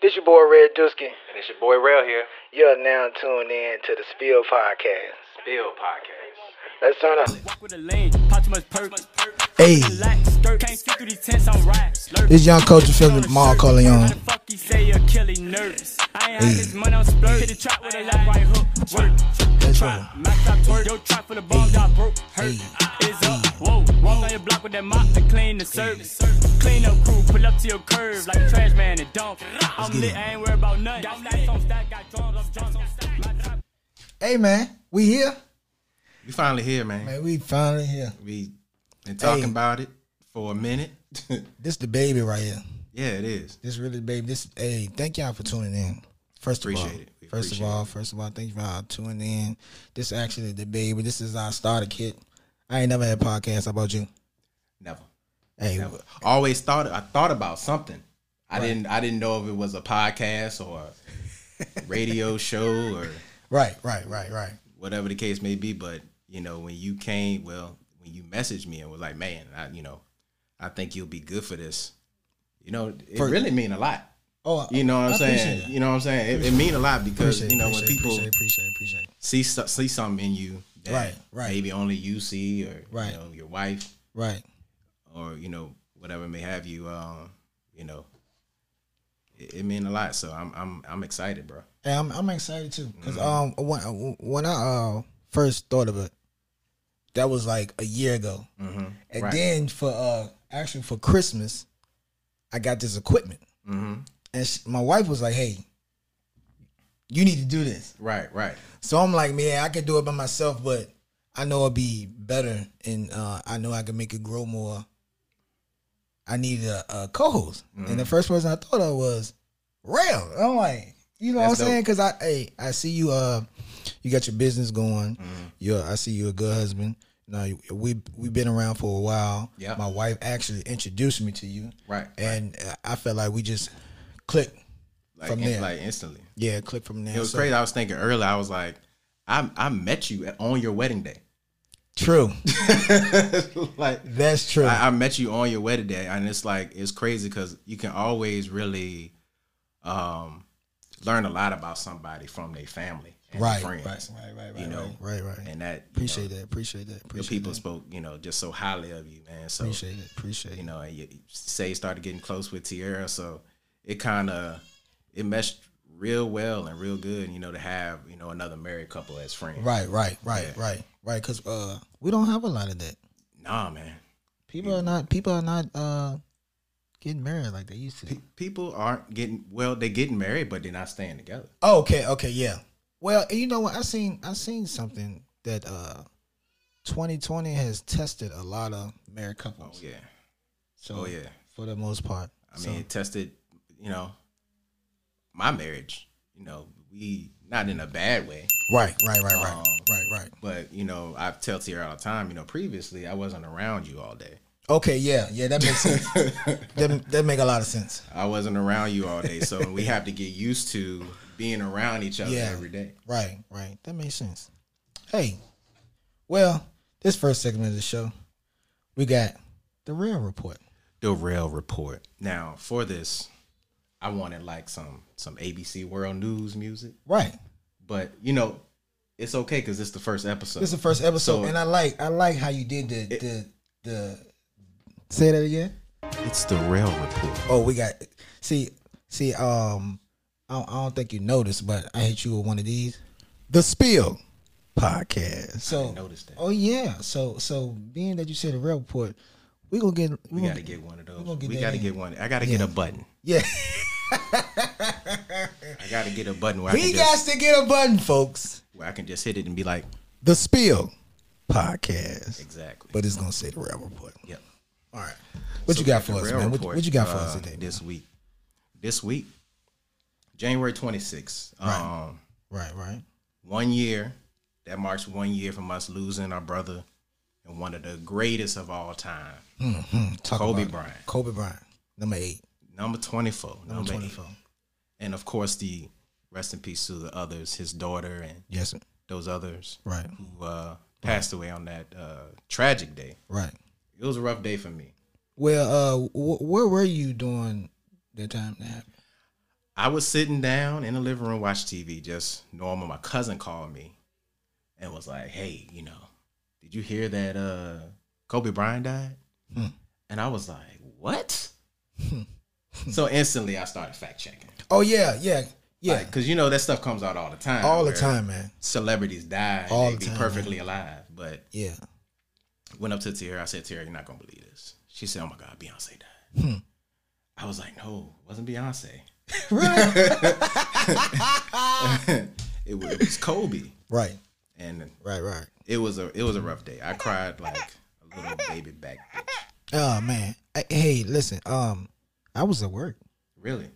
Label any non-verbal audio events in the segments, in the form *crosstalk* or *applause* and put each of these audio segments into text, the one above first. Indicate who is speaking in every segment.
Speaker 1: This your boy Red Dusky.
Speaker 2: And it's your boy Rail here.
Speaker 1: You're now tuned in to the Spill Podcast.
Speaker 2: Bill Podcast.
Speaker 1: Let's turn up.
Speaker 3: Walk with a leg, pop too much perk.
Speaker 4: Hey.
Speaker 3: Relax, skirt, can't see through these tents, I'm right. Slurp.
Speaker 4: This young coach and feeling Mark
Speaker 3: How
Speaker 4: Corleone.
Speaker 3: the fuck he say you're killing nervous? I ain't had this money, I'm splurge. Hit the trap with a left right hook. Work.
Speaker 4: That's
Speaker 3: Trap, max out twerk. Yo, trap for the bomb, I broke. Hurt. It's up. Whoa, walk on your block with that mop to clean the service. Clean up crew, pull up to your curve like trash man and dump. I'm lit, I ain't worried about nothing. Got stacks on stack, got drums, I'm drunk on stack. My trap.
Speaker 4: Hey man, we here?
Speaker 2: We finally here, man.
Speaker 4: Man, we finally here.
Speaker 2: We been talking
Speaker 4: Hey.
Speaker 2: about it for a minute.
Speaker 4: This the baby right here.
Speaker 2: *laughs* yeah, it is.
Speaker 4: This really the baby. This hey, thank y'all for tuning in. First of all,
Speaker 2: Appreciate it. We
Speaker 4: first of
Speaker 2: appreciate
Speaker 4: all, first of all, thank you for all tuning in. This actually the baby. This is our starter kit. I ain't never had a podcast How about you.
Speaker 2: Never.
Speaker 4: Hey,
Speaker 2: Never. Always thought I thought about something. I didn't I didn't know if it was a podcast or
Speaker 4: *laughs*
Speaker 2: a radio show or
Speaker 4: right, right, right, right.
Speaker 2: whatever the case may be. But you know, when you came, well, when you messaged me and was like, "Man, I, you know, I think you'll be good for this," you know, it
Speaker 4: For-
Speaker 2: really mean a lot.
Speaker 4: Oh, I-
Speaker 2: You know what
Speaker 4: I
Speaker 2: I'm
Speaker 4: appreciate
Speaker 2: saying?
Speaker 4: that.
Speaker 2: You know what I'm saying? It, it mean a lot because
Speaker 4: Appreciate,
Speaker 2: you know when
Speaker 4: appreciate,
Speaker 2: people
Speaker 4: appreciate, appreciate, appreciate.
Speaker 2: see so- see something in you that
Speaker 4: Right, right.
Speaker 2: maybe only you see or
Speaker 4: Right.
Speaker 2: you know, your wife
Speaker 4: Right.
Speaker 2: or you know whatever may have you. Um, you know, it, it mean a lot. So I'm I'm I'm excited, bro.
Speaker 4: And I'm I'm excited too because
Speaker 2: Mm.
Speaker 4: um when when I uh first thought of it, that was like a year ago,
Speaker 2: Mm-hmm.
Speaker 4: and
Speaker 2: right.
Speaker 4: then for uh actually for Christmas, I got this equipment,
Speaker 2: hmm
Speaker 4: and sh my wife was like, "Hey, you need to do this."
Speaker 2: Right. Right.
Speaker 4: So I'm like, "Man, I could do it by myself, but I know it'd be better, and uh I know I can make it grow more." I need a, a co-host,
Speaker 2: Mm.
Speaker 4: and the first person I thought of was Rail. I'm like, you know
Speaker 2: That's
Speaker 4: what
Speaker 2: dope.
Speaker 4: I'm saying? Because I, hey, I see you. Uh, you got your business going.
Speaker 2: Mm.
Speaker 4: You're, I see you a good husband. Now you- we we've been around for a while.
Speaker 2: Yeah.
Speaker 4: my wife actually introduced me to you,
Speaker 2: Right.
Speaker 4: and uh, I felt like we just clicked.
Speaker 2: Like
Speaker 4: From
Speaker 2: in-
Speaker 4: there.
Speaker 2: like instantly.
Speaker 4: Yeah, clicked from there.
Speaker 2: It was
Speaker 4: So-
Speaker 2: crazy. I was thinking earlier. I was like, I I met you at- on your wedding day. *laughs*
Speaker 4: True,
Speaker 2: like
Speaker 4: that's true.
Speaker 2: *laughs* I, I met you on your wedding day, and it's like it's crazy because you can always really um, learn a lot about somebody from their family, and their
Speaker 4: right, right,
Speaker 2: friends,
Speaker 4: right, right, right,
Speaker 2: you know,
Speaker 4: right, right.
Speaker 2: and that you
Speaker 4: appreciate
Speaker 2: know,
Speaker 4: that. Appreciate that.
Speaker 2: Your
Speaker 4: Appreciate
Speaker 2: people
Speaker 4: that.
Speaker 2: spoke, you know, just so highly of you, man. So
Speaker 4: Appreciate it. Appreciate
Speaker 2: you
Speaker 4: it.
Speaker 2: know, and you, say started getting close with Tierra, so it kind of it meshed real well and real good, you know, to have you know another married couple as friends.
Speaker 4: Right, right, right, right, right. Because uh, we don't have a lot of that.
Speaker 2: Nah, man.
Speaker 4: People are not people are not uh getting married like they used to.
Speaker 2: People aren't getting well. They're getting married, but they're not staying together.
Speaker 4: Oh, okay, okay, yeah. Well, you know what? I seen I seen something that uh 2020 has tested a lot of married
Speaker 2: Oh
Speaker 4: couples.
Speaker 2: yeah.
Speaker 4: So
Speaker 2: Oh yeah.
Speaker 4: for the most part.
Speaker 2: I mean, it tested, you know, my marriage. You know, we not in a bad way,
Speaker 4: so, right, right, right, right,
Speaker 2: Um,
Speaker 4: right, right.
Speaker 2: but you know, I tell Tierra all the time. You know, previously I wasn't around you all day.
Speaker 4: Okay, yeah, yeah, that makes
Speaker 2: *laughs*
Speaker 4: sense. that that make a lot of sense.
Speaker 2: I wasn't around you all day, so we have to get used to being around each other
Speaker 4: Yeah.
Speaker 2: every day.
Speaker 4: Right, right, that makes sense. Hey, well, this first segment of the show, we got the real report.
Speaker 2: The rail report. Now, for this, I wanted like some some ABC World News music,
Speaker 4: Right,
Speaker 2: but you know, it's okay because it's the first episode.
Speaker 4: This is the first episode,
Speaker 2: So-
Speaker 4: and I like I like how you did the the the. Say that again.
Speaker 2: it's the rail report.
Speaker 4: Oh, we got see see um. I don't, I don't think you noticed, but I hit you with one of these. The Spill podcast. So
Speaker 2: notice that.
Speaker 4: Oh yeah. So so being that you said the rail report, we gonna get we,
Speaker 2: We
Speaker 4: gonna,
Speaker 2: gotta get one of
Speaker 4: gonna
Speaker 2: those.
Speaker 4: get
Speaker 2: We
Speaker 4: that
Speaker 2: gotta
Speaker 4: in.
Speaker 2: get one. I gotta get
Speaker 4: Yeah.
Speaker 2: a button.
Speaker 4: yeah. *laughs*
Speaker 2: I gotta get a button where I,
Speaker 4: We
Speaker 2: can
Speaker 4: got
Speaker 2: just,
Speaker 4: to get a button, folks.
Speaker 2: where I can just hit it and be like,
Speaker 4: The Spill podcast,
Speaker 2: exactly.
Speaker 4: but it's gonna say the rail report.
Speaker 2: yep.
Speaker 4: All right. What
Speaker 2: So
Speaker 4: you got
Speaker 2: the
Speaker 4: for us,
Speaker 2: rail
Speaker 4: man? What,
Speaker 2: report,
Speaker 4: what you got for
Speaker 2: uh,
Speaker 4: us today? man?
Speaker 2: This week. This week, January 26th. Um,
Speaker 4: Right, right.
Speaker 2: one year. That marks one year from us losing our brother and one of the greatest of all time,
Speaker 4: Mm-hmm. Talk
Speaker 2: Kobe
Speaker 4: about it.
Speaker 2: Bryant.
Speaker 4: Kobe Bryant, number eight,
Speaker 2: number 24. Number,
Speaker 4: number
Speaker 2: eight.
Speaker 4: twenty-four.
Speaker 2: And of course, the rest in peace to the others, his daughter and
Speaker 4: Yes, sir.
Speaker 2: those others
Speaker 4: Right.
Speaker 2: who uh, passed away on that uh, tragic day.
Speaker 4: Right.
Speaker 2: It was a rough day for me.
Speaker 4: Well, uh, wh- where were you during the time that happened?
Speaker 2: I was sitting down in the living room, watch TV, just normal. My cousin called me and was like, "Hey, you know, did you hear that uh, Kobe Bryant died?"
Speaker 4: Hmm.
Speaker 2: And I was like, "What?" so instantly, I started fact checking.
Speaker 4: Oh yeah, yeah, yeah.
Speaker 2: because you know that stuff comes out all the time.
Speaker 4: All the
Speaker 2: where
Speaker 4: time, man.
Speaker 2: Celebrities die. and
Speaker 4: All
Speaker 2: they
Speaker 4: the
Speaker 2: be
Speaker 4: time,
Speaker 2: perfectly alive, but
Speaker 4: Yeah.
Speaker 2: went up to Tierra. I said, Tierra, you're not gonna believe this. She said, Oh my God, Beyonce died.
Speaker 4: Hmm.
Speaker 2: I was like, No, it
Speaker 4: *laughs*
Speaker 2: wasn't Beyonce. *laughs* it, was, it was Kobe,
Speaker 4: Right.
Speaker 2: and
Speaker 4: Right. Right.
Speaker 2: it was a it was a rough day. I cried like a little baby back bitch.
Speaker 4: Oh man. I, hey, listen. Um, I was at work.
Speaker 2: Really?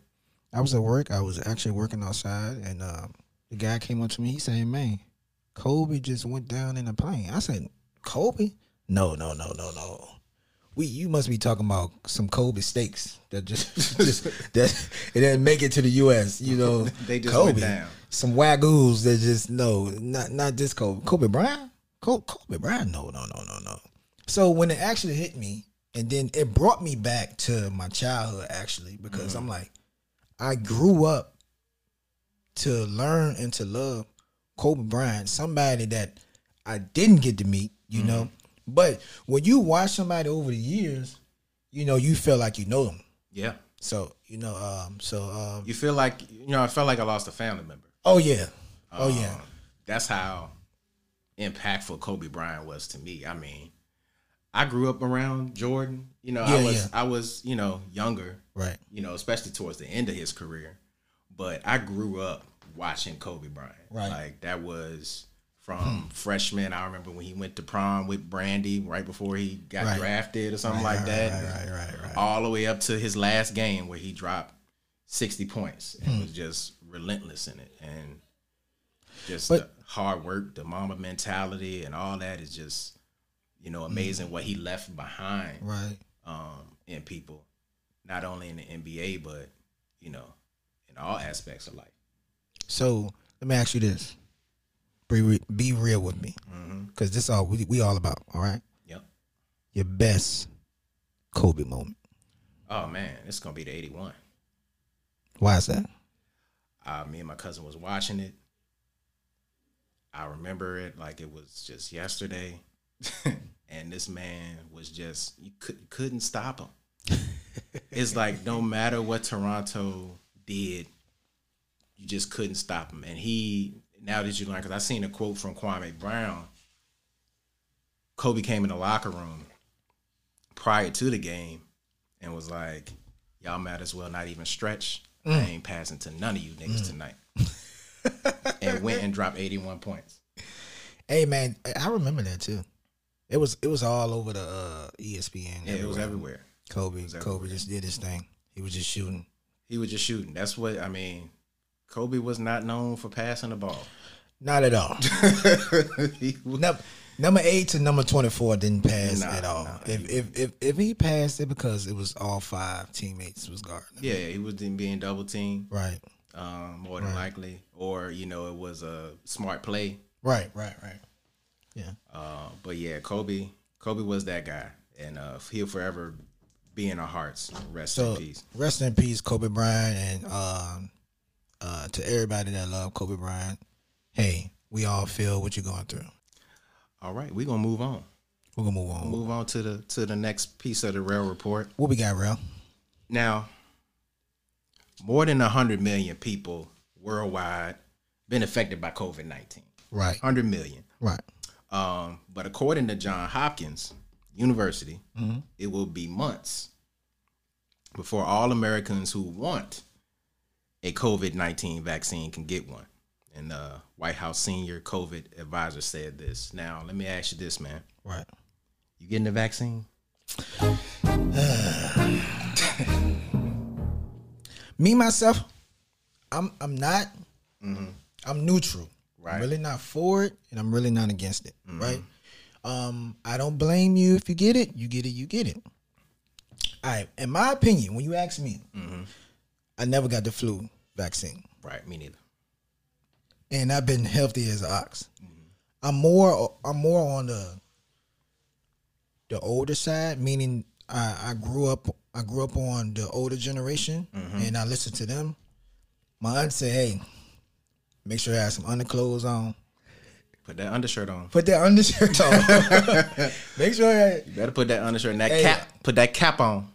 Speaker 4: I was at work. I was actually working outside, and um, the guy came up to me. He said, "Man, Kobe just went down in a plane." I said, "Kobe? No, no, no, no, no. We, you must be talking about some Kobe steaks that just, *laughs* just that it didn't make it to the U.S. You know,
Speaker 2: *laughs* They just went down.
Speaker 4: Some wagyu's that just no, not not this Kobe. Kobe Bryant. Kobe, Kobe Bryant. No, no, no, no, no. So when it actually hit me, and then it brought me back to my childhood actually,
Speaker 2: Mm-hmm.
Speaker 4: because I'm like. I grew up to learn and to love Kobe Bryant, somebody that I didn't get to meet, you know. But when you watch somebody over the years, you know, you feel like you know them.
Speaker 2: Yeah.
Speaker 4: So, you know, um, so um
Speaker 2: You feel like you know, I felt like I lost a family member.
Speaker 4: oh yeah. Oh yeah.
Speaker 2: Um, That's how impactful Kobe Bryant was to me. I mean, I grew up around Jordan. You know, I
Speaker 4: Yeah,
Speaker 2: was
Speaker 4: yeah.
Speaker 2: I was, you know, younger,
Speaker 4: Right.
Speaker 2: you know, especially towards the end of his career. But I grew up watching Kobe Bryant.
Speaker 4: Right. Hmm.
Speaker 2: Like that was from freshman. I remember when he went to prom with Brandy right before he got
Speaker 4: Right.
Speaker 2: drafted or something like that.
Speaker 4: Right, right, right.
Speaker 2: All the way up to his last game where he dropped 60 points
Speaker 4: Hmm.
Speaker 2: and was just relentless in it. And just
Speaker 4: But-
Speaker 2: the hard work, the mama mentality, and all that is just, you know, amazing
Speaker 4: Hmm.
Speaker 2: what he left behind
Speaker 4: Right.
Speaker 2: um, in people, not only in the NBA, but, you know, in all aspects of life.
Speaker 4: So let me ask you this. Be, re- be real with me. Cause this all we, we all about, all right?
Speaker 2: Yep.
Speaker 4: Your best Kobe moment.
Speaker 2: Oh, man, it's going to be the 81.
Speaker 4: Why is that?
Speaker 2: uh, me and my cousin was watching it. I remember it like it was just yesterday, *laughs* and this man was just you could, couldn't stop him. it's like no matter what Toronto did, you just couldn't stop him. And he now that you learn, because I seen a quote from Kwame Brown. Kobe came in the locker room prior to the game and was like, "Y'all might as well not even stretch. I ain't passing to none of you niggas tonight." and went and dropped eighty-one points.
Speaker 4: Hey man, I- I remember that too. It was it was all over the uh, ESPN.
Speaker 2: Yeah, it was
Speaker 4: everywhere.
Speaker 2: everywhere.
Speaker 4: Kobe Kobe
Speaker 2: everywhere.
Speaker 4: just did his thing. He was just shooting.
Speaker 2: He was just shooting. That's what I mean. Kobe was not known for passing the ball.
Speaker 4: Not at
Speaker 2: *laughs*
Speaker 4: all.
Speaker 2: He was-
Speaker 4: Num- number eight to number twenty four didn't pass
Speaker 2: Nah,
Speaker 4: at all.
Speaker 2: nah.
Speaker 4: if, if if if he passed it because it was all five teammates was guarding. him.
Speaker 2: yeah, he was being double teamed
Speaker 4: Right.
Speaker 2: um, more than likely, or you know, it was a smart play.
Speaker 4: Right. Right. Right. Yeah.
Speaker 2: Uh, but yeah, Kobe, Kobe was that guy, and uh, he'll forever be in our hearts. Rest
Speaker 4: So
Speaker 2: in peace.
Speaker 4: rest in peace, Kobe Bryant, and um, uh, to everybody that love Kobe Bryant. Hey, we all feel what you're going through.
Speaker 2: All right, we're gonna move on.
Speaker 4: We're gonna move on.
Speaker 2: Move on to the to the next piece of the rail report.
Speaker 4: What we got, Rel?
Speaker 2: Now, more than hundred million people worldwide been affected by COVID nineteen.
Speaker 4: Right.
Speaker 2: Hundred million.
Speaker 4: Right.
Speaker 2: Um, but according to John Hopkins University, it will be months before all Americans who want a COVID 19 vaccine can get one. And the White House senior COVID advisor said this. Now, let me ask you this, man.
Speaker 4: Right.
Speaker 2: You getting the vaccine?
Speaker 4: Me myself, I'm I'm not. I'm neutral.
Speaker 2: Right.
Speaker 4: I'm really not for it, and I'm really not against it. Right. Um, I don't blame you if you get it. You get it. You get it. All right. In my opinion, when you ask me, I never got the flu vaccine.
Speaker 2: Right, me neither.
Speaker 4: and I've been healthy as an ox. I'm more I'm more on the the older side, meaning I, I grew up I grew up on the older generation
Speaker 2: Mm-hmm.
Speaker 4: and I listened to them. My aunt said, Hey, make sure I have some underclothes on.
Speaker 2: Put that undershirt on.
Speaker 4: Put that undershirt on. *laughs* make sure I
Speaker 2: You better put that undershirt and that
Speaker 4: Hey.
Speaker 2: cap. Put that cap on.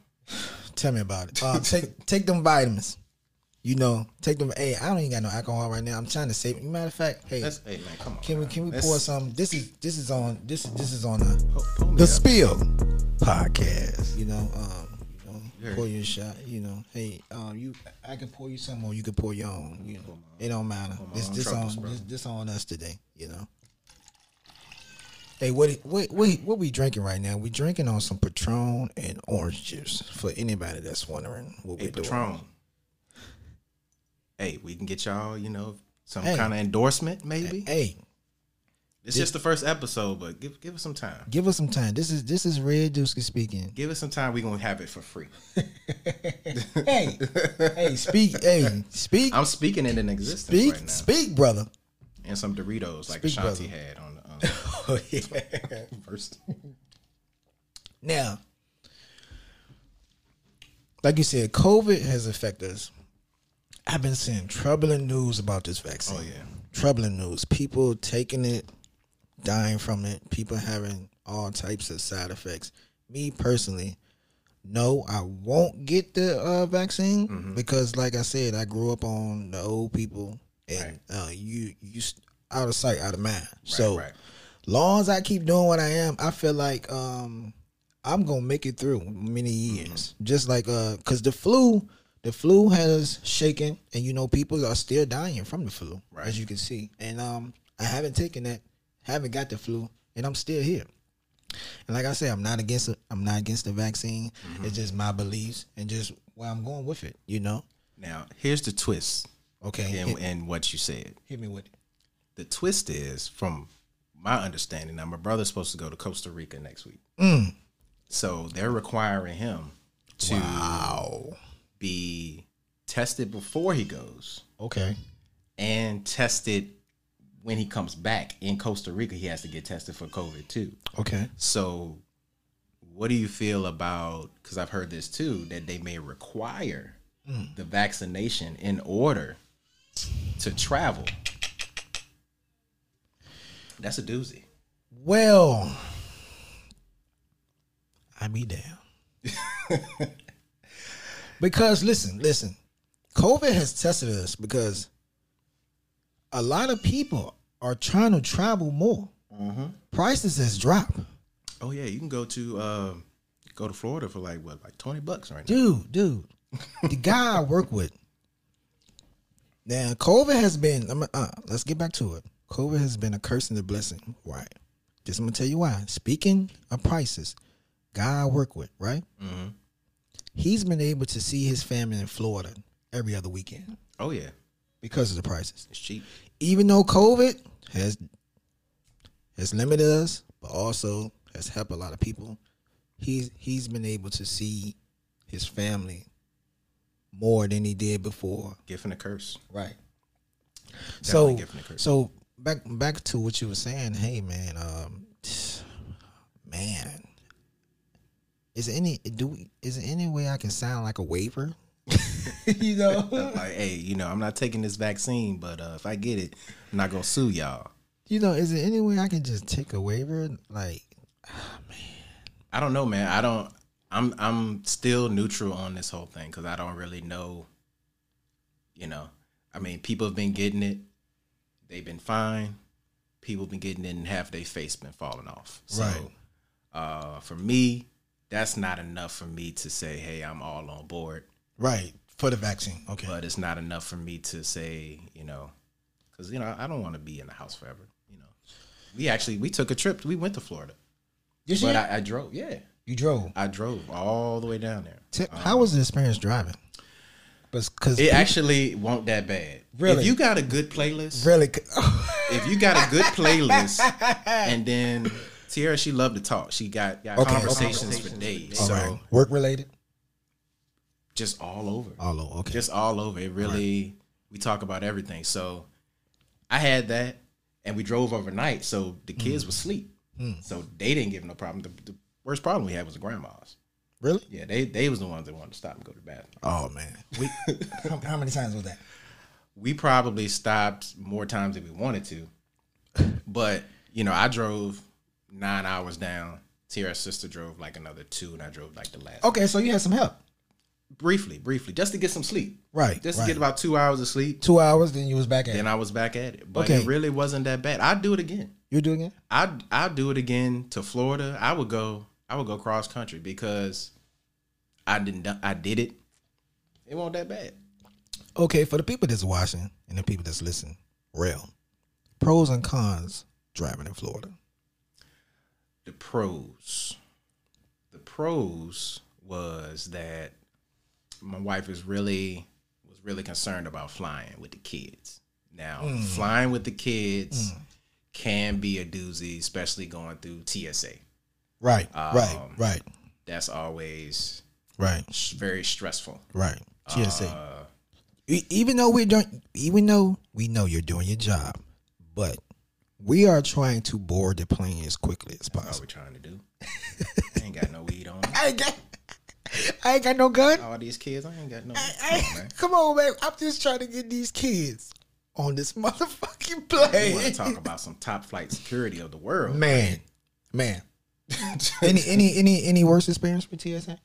Speaker 4: Tell me about it. Uh, take take them vitamins. You know, take them. Hey, I don't even got no alcohol right now. I'm trying to save. Matter of fact, hey,
Speaker 2: That's hey man, come on.
Speaker 4: can we
Speaker 2: man.
Speaker 4: can we
Speaker 2: That's-
Speaker 4: pour some? This is this is on this is this is on the
Speaker 2: Pull, pull me
Speaker 4: the
Speaker 2: up.
Speaker 4: spill podcast. You know, um, you know,
Speaker 2: Yeah.
Speaker 4: pour you a shot. You know, hey, um, you I can pour you some or you can pour your own. You know, it don't matter. This
Speaker 2: own
Speaker 4: this
Speaker 2: troubles,
Speaker 4: on
Speaker 2: bro.
Speaker 4: this, this on us today. You know. Hey, what what what what we drinking right now? We drinking on some Patron and orange juice. For anybody that's wondering what
Speaker 2: Hey
Speaker 4: we're
Speaker 2: Patron. Hey, we can get y'all, you know, some
Speaker 4: Hey.
Speaker 2: kind of endorsement maybe.
Speaker 4: doing. Hey,
Speaker 2: it's just the first episode, but give give us some time.
Speaker 4: give us some time. This is this is Red Dusky
Speaker 2: *laughs*
Speaker 4: speaking.
Speaker 2: Give us some time. We're gonna have it for free.
Speaker 4: hey, hey, speak. Hey, speak.
Speaker 2: I'm speaking it in existence
Speaker 4: speak.
Speaker 2: right now.
Speaker 4: speak, brother.
Speaker 2: And some Doritos like
Speaker 4: Speak,
Speaker 2: Ashanti
Speaker 4: brother.
Speaker 2: had on the um,
Speaker 4: *laughs* Oh yeah.
Speaker 2: *laughs* first.
Speaker 4: Now, like you said, COVID has affected us. I've been seeing troubling news about this vaccine.
Speaker 2: Oh yeah.
Speaker 4: Troubling news. People taking it, dying from it, people having all types of side effects. Me personally, no, I won't get the uh, vaccine
Speaker 2: Mm-hmm.
Speaker 4: because, like I said, I grew up on the old people, and uh, you you s- out of sight, out of mind. so,
Speaker 2: right.
Speaker 4: long as I keep doing what I am, I feel like um, I'm gonna make it through many years. Just like uh, cause the flu, the flu has shaken, and you know people are still dying from the flu,
Speaker 2: Right.
Speaker 4: as you can see. And um, I haven't taken that, haven't got the flu, and I'm still here. And like I said, I'm not against it. I'm not against the vaccine. It's just my beliefs and just where I'm going with it. You know?
Speaker 2: Now here's the twist
Speaker 4: Okay.
Speaker 2: in,
Speaker 4: hit,
Speaker 2: in what you said.
Speaker 4: hit me with it.
Speaker 2: The twist is, from my understanding, now my brother's supposed to go to Costa Rica next week.
Speaker 4: Mm.
Speaker 2: So they're requiring him to
Speaker 4: Ow.
Speaker 2: be tested before he goes
Speaker 4: Okay.
Speaker 2: and tested when he comes back in Costa Rica. He has to get tested for COVID too.
Speaker 4: Okay.
Speaker 2: So, what do you feel about? Because I've heard this too that they may require the vaccination in order to travel. That's a doozy.
Speaker 4: Well, I be down. because listen, listen, COVID has tested us because a lot of people are trying to travel more. Prices has dropped.
Speaker 2: Oh yeah, you can go to uh, go to Florida for like what, like twenty bucks right now.
Speaker 4: dude, dude. the guy I work with. Now, COVID has been. I'm, uh, let's get back to it. COVID has been a curse and a blessing. Why? Just I'm gonna tell you why. Speaking of prices, guy I work with, right? He's been able to see his family in Florida every other weekend
Speaker 2: Oh yeah,
Speaker 4: because of the prices
Speaker 2: it's cheap.
Speaker 4: even though COVID has has limited us, but also has helped a lot of people, he's he's been able to see his family more than he did before.
Speaker 2: Gift and a curse.
Speaker 4: Right.
Speaker 2: Definitely
Speaker 4: So
Speaker 2: giving it credit.
Speaker 4: so back back to what you were saying. Hey man, um, man, is there any do we, is there any way I can sound like a waiver? *laughs* you know,
Speaker 2: *laughs* Like hey, you know, I'm not taking this vaccine, but uh, if I get it, I'm not gonna sue y'all.
Speaker 4: *laughs* you know, is there any way I can just take a waiver? Like,
Speaker 2: I don't know, man. I don't. I'm I'm still neutral on this whole thing because I don't really know. You know, I mean, people have been getting it. They've been fine. People been getting it, and half their face been falling off. So,
Speaker 4: Right.
Speaker 2: uh, for me, that's not enough for me to say, "Hey, I'm all on board."
Speaker 4: Right. For the vaccine. Okay.
Speaker 2: But it's not enough for me to say, you know, because you know, I don't want to be in the house forever. You know, we actually we took a trip. We went to Florida,
Speaker 4: This
Speaker 2: but
Speaker 4: year?
Speaker 2: I, I drove. Yeah,
Speaker 4: you drove.
Speaker 2: I drove all the way down there.
Speaker 4: Ti- How was the experience driving? Because
Speaker 2: Uh-huh. It actually won't that bad.
Speaker 4: Really?
Speaker 2: If you got a good playlist,
Speaker 4: really, oh,
Speaker 2: if you got a good
Speaker 4: *laughs*
Speaker 2: playlist, and then Tiara, she loved to talk. She got, got
Speaker 4: Okay,
Speaker 2: conversations for days.
Speaker 4: all
Speaker 2: so
Speaker 4: right. Work related.
Speaker 2: just all over,
Speaker 4: All over. Okay.
Speaker 2: just all over. It really, we talk about everything. So I had that, and we drove overnight, so the kids
Speaker 4: Mm.
Speaker 2: were asleep, so they didn't give no problem. The, the worst problem we had was the grandmas.
Speaker 4: Really?
Speaker 2: Yeah, they they was the ones that wanted to stop and go to the bathroom.
Speaker 4: Oh man. We, *laughs* how, how many times was that?
Speaker 2: we probably stopped more times than we wanted to. But, you know, I drove nine hours down. Tierra's sister drove like another two, and I drove like the last.
Speaker 4: Okay, so you had some help.
Speaker 2: Briefly, briefly, just to get some sleep.
Speaker 4: Right,
Speaker 2: Just
Speaker 4: right.
Speaker 2: to get about two hours of sleep.
Speaker 4: Two hours, then you was back at. it.
Speaker 2: Then I was back at it. But
Speaker 4: Okay.
Speaker 2: it really wasn't that bad. I'd do it again.
Speaker 4: You do again?
Speaker 2: I'd, I'd do it again to Florida. I would go, I would go cross country because I didn't, I did it. It wasn't that bad.
Speaker 4: Okay, for the people that's watching and the people that's listening, real pros and cons driving in Florida.
Speaker 2: the pros. The pros was that my wife is really was really concerned about flying with the kids. Now, flying with the kids can be a doozy, especially going through TSA.
Speaker 4: Right, right,
Speaker 2: Um,
Speaker 4: right,
Speaker 2: That's always
Speaker 4: right,
Speaker 2: sh- very stressful.
Speaker 4: right. TSA.
Speaker 2: Uh,
Speaker 4: E- even though we're doing, even though we know you're doing your job, but we are trying to board the plane as quickly as
Speaker 2: What
Speaker 4: possible.
Speaker 2: we trying to do? I ain't got no weed on.
Speaker 4: *laughs* I ain't got, I ain't got no gun.
Speaker 2: All these kids, I ain't got no.
Speaker 4: *laughs* Hey,
Speaker 2: Come on, Oh, man.
Speaker 4: come on, man. I'm just trying to get these kids on this *laughs* motherfucking
Speaker 2: We want to
Speaker 4: plane.
Speaker 2: talk about some top flight security of the world.
Speaker 4: Man,
Speaker 2: *laughs*
Speaker 4: man. any any any any worse experience with TSA?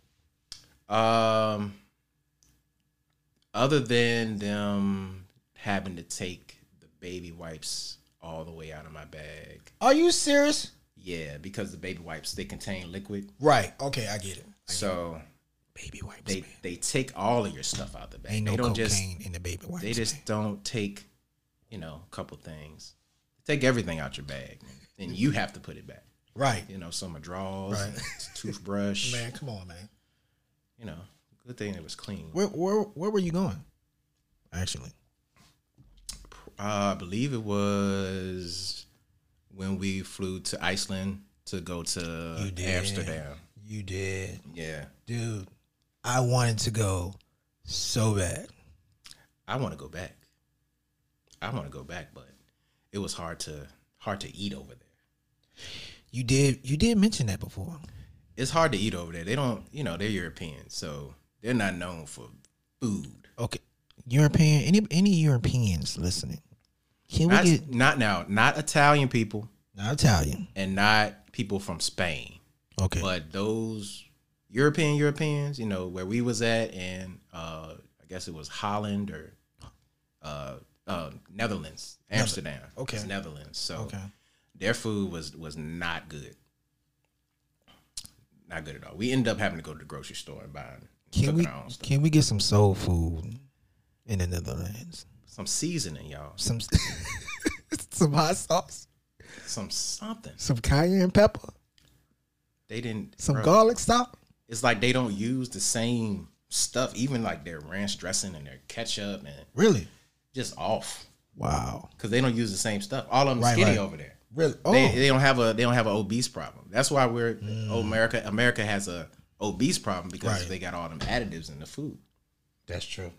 Speaker 2: Um, other than them having to take the baby wipes all the way out of my bag,
Speaker 4: Are you serious?
Speaker 2: yeah, because the baby wipes they contain liquid,
Speaker 4: Right. Okay, I get it.
Speaker 2: so
Speaker 4: Baby wipes.
Speaker 2: they they take all of your stuff out the bag.
Speaker 4: Ain't no
Speaker 2: they don't
Speaker 4: cocaine
Speaker 2: just
Speaker 4: in the baby wipes.
Speaker 2: they just don't take you know a couple things. They take everything out your bag, and you have to put it back.
Speaker 4: right.
Speaker 2: You know, some of drawers,
Speaker 4: Right.
Speaker 2: *laughs* toothbrush.
Speaker 4: Man, come on, man.
Speaker 2: You know, good thing it was clean.
Speaker 4: Where where where were you going? Actually,
Speaker 2: Uh, I believe it was when we flew to Iceland to go
Speaker 4: You
Speaker 2: to
Speaker 4: did.
Speaker 2: Amsterdam.
Speaker 4: you did,
Speaker 2: Yeah.
Speaker 4: dude. I wanted to go so bad.
Speaker 2: I want to go back. I want to go back, but it was hard to hard to eat over there.
Speaker 4: You did. You did mention that before.
Speaker 2: It's hard to eat over there. They don't, you know, they're European, so they're not known for food.
Speaker 4: Okay, European. Any any Europeans listening? Can we
Speaker 2: Not,
Speaker 4: get
Speaker 2: not now, not Italian people
Speaker 4: not Italian?
Speaker 2: and not people from Spain.
Speaker 4: Okay,
Speaker 2: But those European Europeans, you know, where we was at, and uh, I guess it was Holland or uh, uh, Netherlands, Amsterdam.
Speaker 4: Okay.
Speaker 2: it's Netherlands. So
Speaker 4: okay.
Speaker 2: their food was was not good, not good at all. We ended up having to go to the grocery store and buying
Speaker 4: Can
Speaker 2: cooking
Speaker 4: we
Speaker 2: our own stuff.
Speaker 4: can we get some soul food in the Netherlands?
Speaker 2: Some seasoning, y'all.
Speaker 4: Some *laughs* some hot sauce,
Speaker 2: Some something.
Speaker 4: some cayenne pepper,
Speaker 2: They didn't.
Speaker 4: some
Speaker 2: bro,
Speaker 4: garlic salt.
Speaker 2: It's like they don't use the same stuff. Even like their ranch dressing and their ketchup and
Speaker 4: Really?
Speaker 2: just off.
Speaker 4: Wow.
Speaker 2: because they don't use the same stuff. All of them
Speaker 4: Right,
Speaker 2: skinny
Speaker 4: right.
Speaker 2: over there.
Speaker 4: Really? Oh, Mm.
Speaker 2: They, they don't have a they don't have an obese problem. That's why we're oh, America. America has a obese problem because
Speaker 4: Right.
Speaker 2: they got all them additives in the food,
Speaker 4: that's true.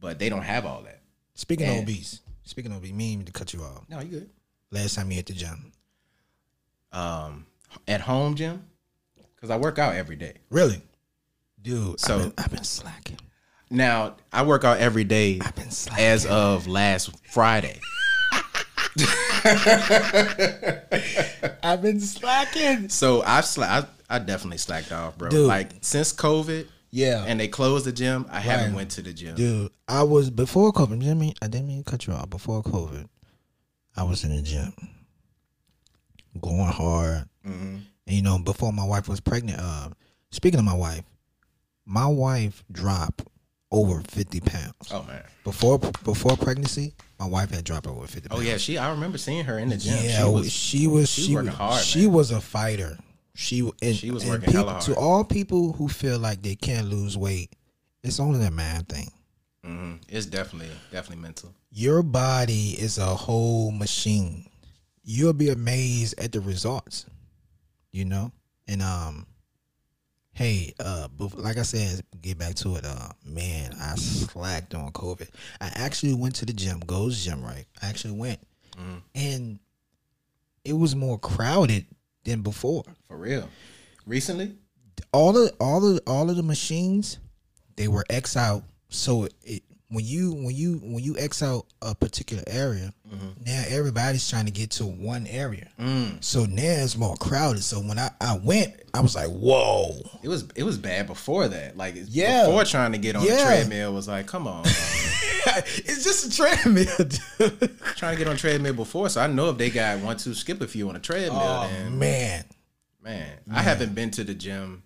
Speaker 2: but they don't have all that.
Speaker 4: Speaking
Speaker 2: Yeah.
Speaker 4: of obese, speaking of obese, me and to cut you off.
Speaker 2: No, you good.
Speaker 4: Last time you hit the gym,
Speaker 2: Um, at home, Jim, because I work out every day.
Speaker 4: really, dude.
Speaker 2: So-
Speaker 4: I've been, I've been slacking.
Speaker 2: Now I work out every day
Speaker 4: I've been slacking.
Speaker 2: as of last Friday. *laughs*
Speaker 4: I've been slacking.
Speaker 2: So I've sla- I I definitely slacked off, bro.
Speaker 4: Dude.
Speaker 2: Like since COVID,
Speaker 4: Yeah.
Speaker 2: and they closed the gym. I haven't went to the gym.
Speaker 4: Dude, I was before COVID. I mean, I didn't mean to cut you off. Before COVID, I was in the gym, going hard.
Speaker 2: Mm-hmm.
Speaker 4: And you know, before my wife was pregnant. Uh, speaking of my wife, my wife dropped over fifty pounds
Speaker 2: Oh man.
Speaker 4: before before pregnancy. My wife had dropped over fifty.
Speaker 2: Oh
Speaker 4: pounds.
Speaker 2: yeah, she. I remember seeing her in the gym.
Speaker 4: yeah.
Speaker 2: she
Speaker 4: She
Speaker 2: was
Speaker 4: was she was
Speaker 2: she was
Speaker 4: she was,
Speaker 2: working hard,
Speaker 4: she
Speaker 2: man.
Speaker 4: was a fighter. She and,
Speaker 2: She was
Speaker 4: and
Speaker 2: working hella
Speaker 4: people- To
Speaker 2: hard.
Speaker 4: all people who feel like they can't lose weight, it's only a man thing.
Speaker 2: Mhm. It's definitely definitely mental.
Speaker 4: your body is a whole machine. You'll be amazed at the results, you know. And um, hey, uh, bef- like I said, get back to it. Uh, man, I slacked on COVID. I actually went to the gym, Goes Gym, right? I actually went, and it was more crowded than before.
Speaker 2: For real. Recently?
Speaker 4: all the all the all of the machines they were x out so it when you when you when you x out a particular area
Speaker 2: Mm-hmm.
Speaker 4: now everybody's trying to get to one area
Speaker 2: Mm.
Speaker 4: so now it's more crowded so when i i went i was like whoa *laughs*
Speaker 2: It was it was bad before that. Like it's
Speaker 4: Yeah.
Speaker 2: before trying to get on the
Speaker 4: Yeah.
Speaker 2: treadmill was like, come on.
Speaker 4: it's just a treadmill *laughs* dude.
Speaker 2: trying to get on treadmill before, so I know if they got one two skip a few on a treadmill, then
Speaker 4: Oh, man
Speaker 2: Man, I haven't been to the gym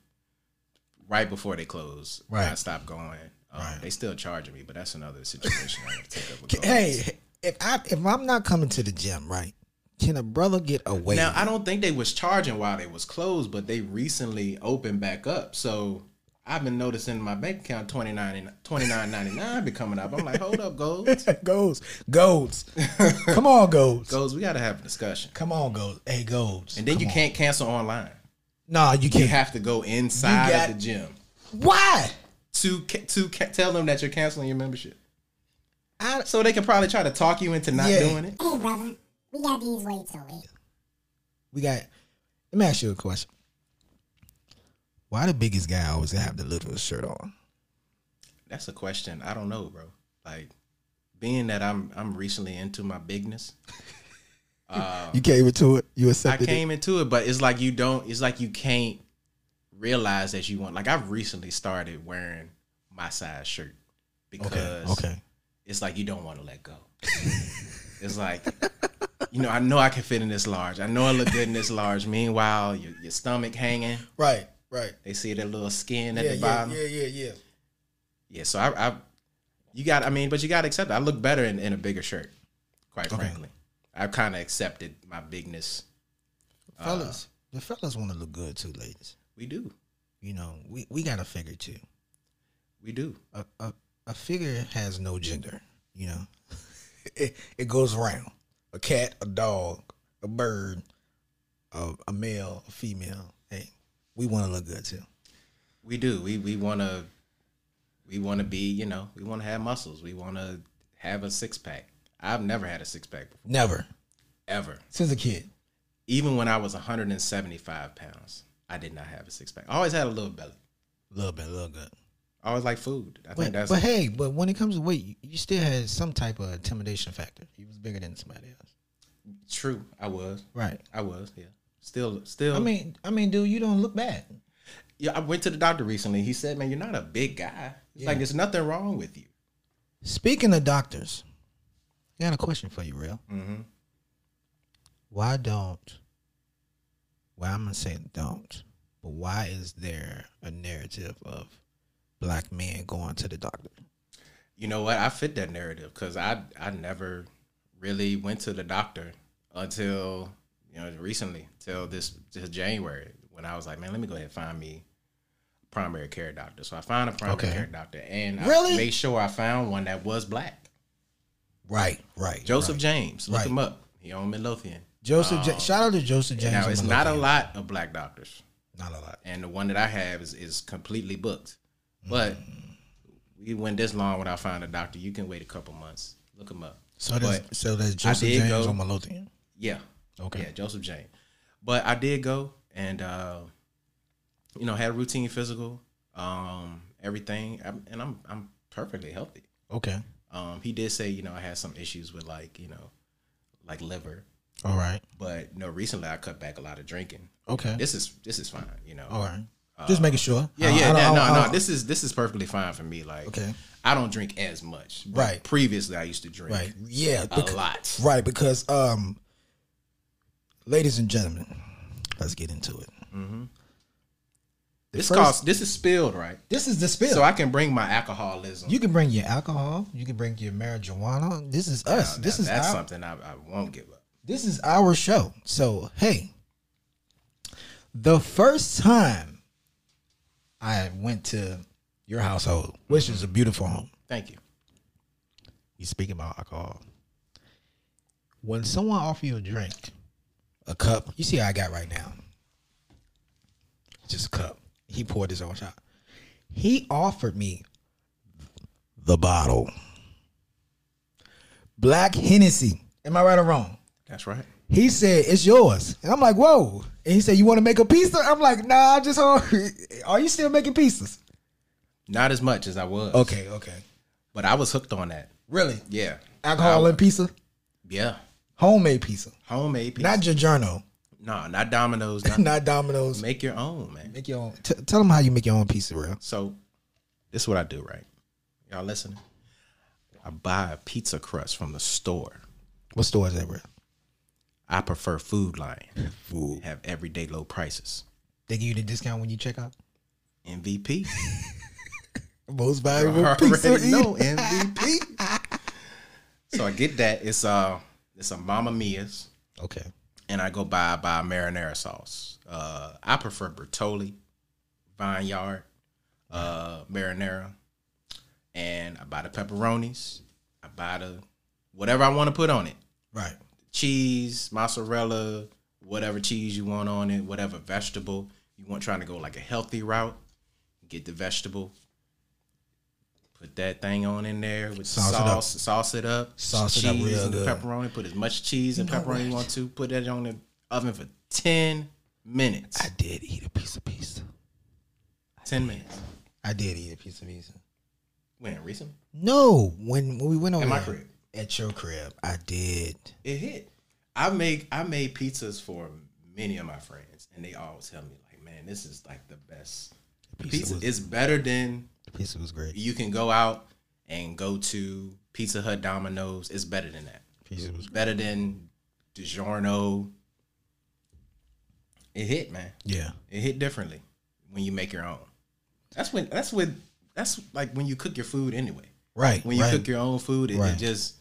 Speaker 2: right before they close.
Speaker 4: Right.
Speaker 2: I stopped going. Um, They still charging me, but that's another situation I have to take up with.
Speaker 4: hey if i if i'm not coming to the gym right can a brother get away
Speaker 2: Now I don't think they was charging while they was closed, but they recently opened back up. So I've been noticing my bank account 29 29.99 be coming up. I'm like, hold up, Golds.
Speaker 4: *laughs* goes
Speaker 2: *laughs*
Speaker 4: goes come on goes
Speaker 2: Golds, we gotta have a discussion.
Speaker 4: come on goes hey goes
Speaker 2: And then you can't cancel online.
Speaker 4: nah you
Speaker 2: You
Speaker 4: can't
Speaker 2: have to go inside
Speaker 4: got-
Speaker 2: of the gym
Speaker 4: why
Speaker 2: to ca- to ca- tell them that you're canceling your membership.
Speaker 4: I,
Speaker 2: So they can probably try to talk you into not
Speaker 4: Yeah.
Speaker 2: doing it.
Speaker 5: Hey, brother, we got these weights over here.
Speaker 4: we got. Let me ask you a question. Why the biggest guy always have the littlest shirt on?
Speaker 2: That's a question. I don't know, bro. Like being that I'm I'm recently into my bigness.
Speaker 4: you came into it. You
Speaker 2: I
Speaker 4: accepted
Speaker 2: came into it, but it's like you don't it's like you can't realize that you want like I've recently started wearing my size shirt
Speaker 4: it. Okay.
Speaker 2: because
Speaker 4: Okay.
Speaker 2: it's like you don't want to let go. it's like you know, I know I can fit in this large. I know I look good in this large. Meanwhile, your, your stomach hanging.
Speaker 4: Right. Right.
Speaker 2: They see that little skin at
Speaker 4: Yeah.
Speaker 2: the
Speaker 4: Yeah.
Speaker 2: bottom.
Speaker 4: Yeah. Yeah. Yeah.
Speaker 2: Yeah, so I, I you got I mean, but you gotta accept it. I look better in, in a bigger shirt, quite frankly. I've kind of accepted my bigness.
Speaker 4: fellas, the fellas want to look good too, ladies.
Speaker 2: We do.
Speaker 4: You know, we we got a figure too.
Speaker 2: We do.
Speaker 4: A a, a figure has no gender. You know, *laughs* it it goes around. A cat, a dog, a bird, a, a male, a female. Hey, we want to look good too.
Speaker 2: We do. We we wanna we wanna be, you know, we wanna have muscles. We wanna have a six pack. I've never had a six pack before.
Speaker 4: Never
Speaker 2: Ever.
Speaker 4: since a kid.
Speaker 2: Even when I was 175 pounds, I did not have a six pack. I always had a little belly.
Speaker 4: little bit, a little good.
Speaker 2: I always like food. I
Speaker 4: But,
Speaker 2: think that's
Speaker 4: but hey, but when it comes to weight, you- you still had some type of intimidation factor. You was bigger than somebody else,
Speaker 2: true. I was.
Speaker 4: right?
Speaker 2: I was, yeah. Still still
Speaker 4: I mean, I mean, dude, you don't look bad.
Speaker 2: Yeah, I went to the doctor recently. He said, "Man, you're not a big guy. It's like there's nothing wrong with you."
Speaker 4: Speaking of doctors, I got a question for you, real.
Speaker 2: Mhm.
Speaker 4: Why don't? Well, I'm gonna say don't, but why is there a narrative of black men going to the doctor?
Speaker 2: You know what? I fit that narrative because I I never really went to the doctor until you know recently, till this this January when I was like, "Man, let me go ahead and find me a primary care doctor." So I found a primary
Speaker 4: Okay.
Speaker 2: care doctor, and
Speaker 4: Really?
Speaker 2: I made sure I found one that was black.
Speaker 4: Right, right.
Speaker 2: Joseph
Speaker 4: right.
Speaker 2: James, look
Speaker 4: Right.
Speaker 2: him up. He on Midlothian.
Speaker 4: Joseph. Ja- shout out to Joseph James.
Speaker 2: now
Speaker 4: in
Speaker 2: it's not a
Speaker 4: Midlothian.
Speaker 2: lot of black doctors.
Speaker 4: Not a lot.
Speaker 2: and the one that I have is is completely booked. But
Speaker 4: Mm.
Speaker 2: we went this long without finding a doctor. You can wait a couple months. Look him up.
Speaker 4: So that's
Speaker 2: But-
Speaker 4: so that's Joseph
Speaker 2: did
Speaker 4: James
Speaker 2: go-
Speaker 4: on Midlothian.
Speaker 2: Yeah.
Speaker 4: Okay.
Speaker 2: Yeah, Joseph Jane. But I did go and uh, you know had a routine physical, um, everything, I'm, and I'm I'm perfectly healthy.
Speaker 4: Okay.
Speaker 2: Um, he did say you know I had some issues with like you know like liver,
Speaker 4: All right.
Speaker 2: but no recently I cut back a lot of drinking.
Speaker 4: Okay.
Speaker 2: This is this is fine. You know.
Speaker 4: All right. Just making sure.
Speaker 2: Uh, Yeah,
Speaker 4: I- I
Speaker 2: yeah,
Speaker 4: don't-
Speaker 2: yeah,
Speaker 4: I
Speaker 2: no,
Speaker 4: don't- I
Speaker 2: no.
Speaker 4: don't-
Speaker 2: This is this is perfectly fine for me. Like,
Speaker 4: Okay.
Speaker 2: I don't drink as much. But
Speaker 4: Right.
Speaker 2: Previously, I used to drink
Speaker 4: right. Yeah.
Speaker 2: a
Speaker 4: becau-
Speaker 2: lot.
Speaker 4: Right, because um, ladies and gentlemen, let's get into it.
Speaker 2: This
Speaker 4: first-
Speaker 2: costs. This is spilled, right?
Speaker 4: This is the spill.
Speaker 2: So I can bring my alcoholism.
Speaker 4: you can bring your alcohol. You can bring your marijuana. This is
Speaker 2: Now,
Speaker 4: us.
Speaker 2: now,
Speaker 4: this is
Speaker 2: that's
Speaker 4: our,
Speaker 2: something I, I won't give up.
Speaker 4: This is our show. So, hey, the first time I went to your household, which is a beautiful home,
Speaker 2: Thank you.
Speaker 4: you speaking about alcohol. When someone offer you a drink, a cup, you see how I got right now. Just a cup. He poured his own shot. He offered me the bottle. Black Hennessy. Am I right or wrong?
Speaker 2: That's right.
Speaker 4: He said, "It's yours," and I'm like, "Whoa!" And he said, "You want to make a pizza?" I'm like, "Nah, I just hungry. *laughs* Are you still making pizzas?"
Speaker 2: Not as much as I was.
Speaker 4: Okay, okay.
Speaker 2: But I was hooked on that.
Speaker 4: Really?
Speaker 2: Yeah.
Speaker 4: Alcohol
Speaker 2: I-
Speaker 4: and pizza,
Speaker 2: Yeah.
Speaker 4: homemade pizza,
Speaker 2: Homemade pizza.
Speaker 4: not DiGiorno,
Speaker 2: no, not Domino's.
Speaker 4: *laughs*
Speaker 2: Not,
Speaker 4: not Domino's.
Speaker 2: Make your own, man.
Speaker 4: Make your own. T- tell them how you make your own pizza, real.
Speaker 2: So this is what I do, right? Y'all listening? I buy a pizza crust from the store.
Speaker 4: What store is that, real?
Speaker 2: I prefer Food Lion. Have everyday low prices.
Speaker 4: They give you the discount when you check out.
Speaker 2: MVP.
Speaker 4: Most
Speaker 2: *laughs* I
Speaker 4: valuable pizza
Speaker 2: already know
Speaker 4: eater. *laughs*
Speaker 2: MVP. so I get that. It's uh it's a Mama Mia's.
Speaker 4: Okay.
Speaker 2: and I go buy buy marinara sauce. Uh, I prefer Bertoli, Vineyard, uh, marinara, and I buy the pepperonis. I buy the whatever I want to put on it,
Speaker 4: Right.
Speaker 2: cheese, mozzarella, whatever cheese you want on it, whatever vegetable you want. Trying to go like a healthy route, get the vegetable. Put that thing on in there with
Speaker 4: Sauce it up.
Speaker 2: sauce, sauce it up,
Speaker 4: Sauce it
Speaker 2: cheese
Speaker 4: up real
Speaker 2: and the
Speaker 4: good.
Speaker 2: pepperoni. Put as much cheese and pepperoni you want to. Put that on the oven for ten minutes.
Speaker 4: I did eat a piece of pizza.
Speaker 2: ten minutes.
Speaker 4: I did eat a piece of pizza.
Speaker 2: When recently
Speaker 4: No, when when we went over
Speaker 2: At my
Speaker 4: there-
Speaker 2: crib.
Speaker 4: at your crib, I did.
Speaker 2: it hit. I make I made pizzas for many of my friends, and they always tell me like, "Man, this is like the best
Speaker 4: Pizza
Speaker 2: pizza.
Speaker 4: was-
Speaker 2: It's better than
Speaker 4: The pizza was great.
Speaker 2: you can go out and go to Pizza Hut, Domino's. It's better than that.
Speaker 4: Pizza was
Speaker 2: Better than DiGiorno. It hit, man.
Speaker 4: yeah.
Speaker 2: It hit differently when you make your own. That's when. That's when. That's like when you cook your food anyway.
Speaker 4: Right.
Speaker 2: When you
Speaker 4: right.
Speaker 2: cook your own food, it, it
Speaker 4: Right.
Speaker 2: just,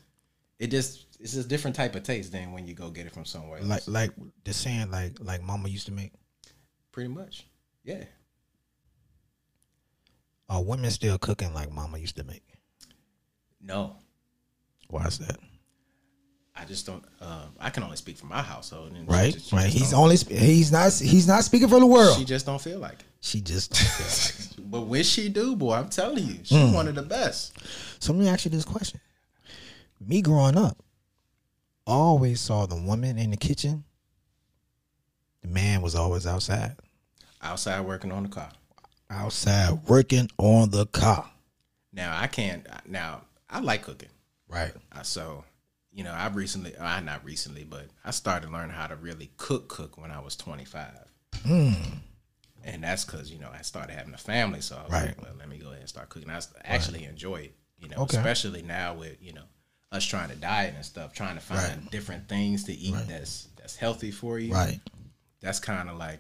Speaker 2: it just, it's a different type of taste than when you go get it from somewhere. Else.
Speaker 4: like like the saying like like mama used to make.
Speaker 2: pretty much, yeah.
Speaker 4: Are women still cooking like mama used to make?
Speaker 2: No,
Speaker 4: Why is that?
Speaker 2: I just don't. Um, I can only speak for my household. And she
Speaker 4: Right.
Speaker 2: just- she
Speaker 4: right.
Speaker 2: just
Speaker 4: He's
Speaker 2: don't-
Speaker 4: only sp- he's not he's not speaking for the world.
Speaker 2: She
Speaker 4: She,
Speaker 2: just don't feel like it.
Speaker 4: *laughs* just.
Speaker 2: But when she do, boy, I'm telling you, she's
Speaker 4: Hmm.
Speaker 2: one of the best.
Speaker 4: so let me ask you this question. Me growing up, I always saw the woman in the kitchen. The man was always outside,
Speaker 2: Outside working on the car.
Speaker 4: outside working on the car.
Speaker 2: Now I can't. Now I like cooking.
Speaker 4: Right.
Speaker 2: I, so, you know, I recently, uh, I not recently, but I started learning how to really cook cook when I was 25.
Speaker 4: Hmm.
Speaker 2: And that's because, you know, I started having a family. So I was
Speaker 4: Right.
Speaker 2: like, well, let me go ahead and start cooking. I s- actually enjoy it, you know,
Speaker 4: Okay.
Speaker 2: especially now with, you know, us trying to diet and stuff, trying to find different things to eat that's that's healthy for you.
Speaker 4: Right.
Speaker 2: That's kind of like,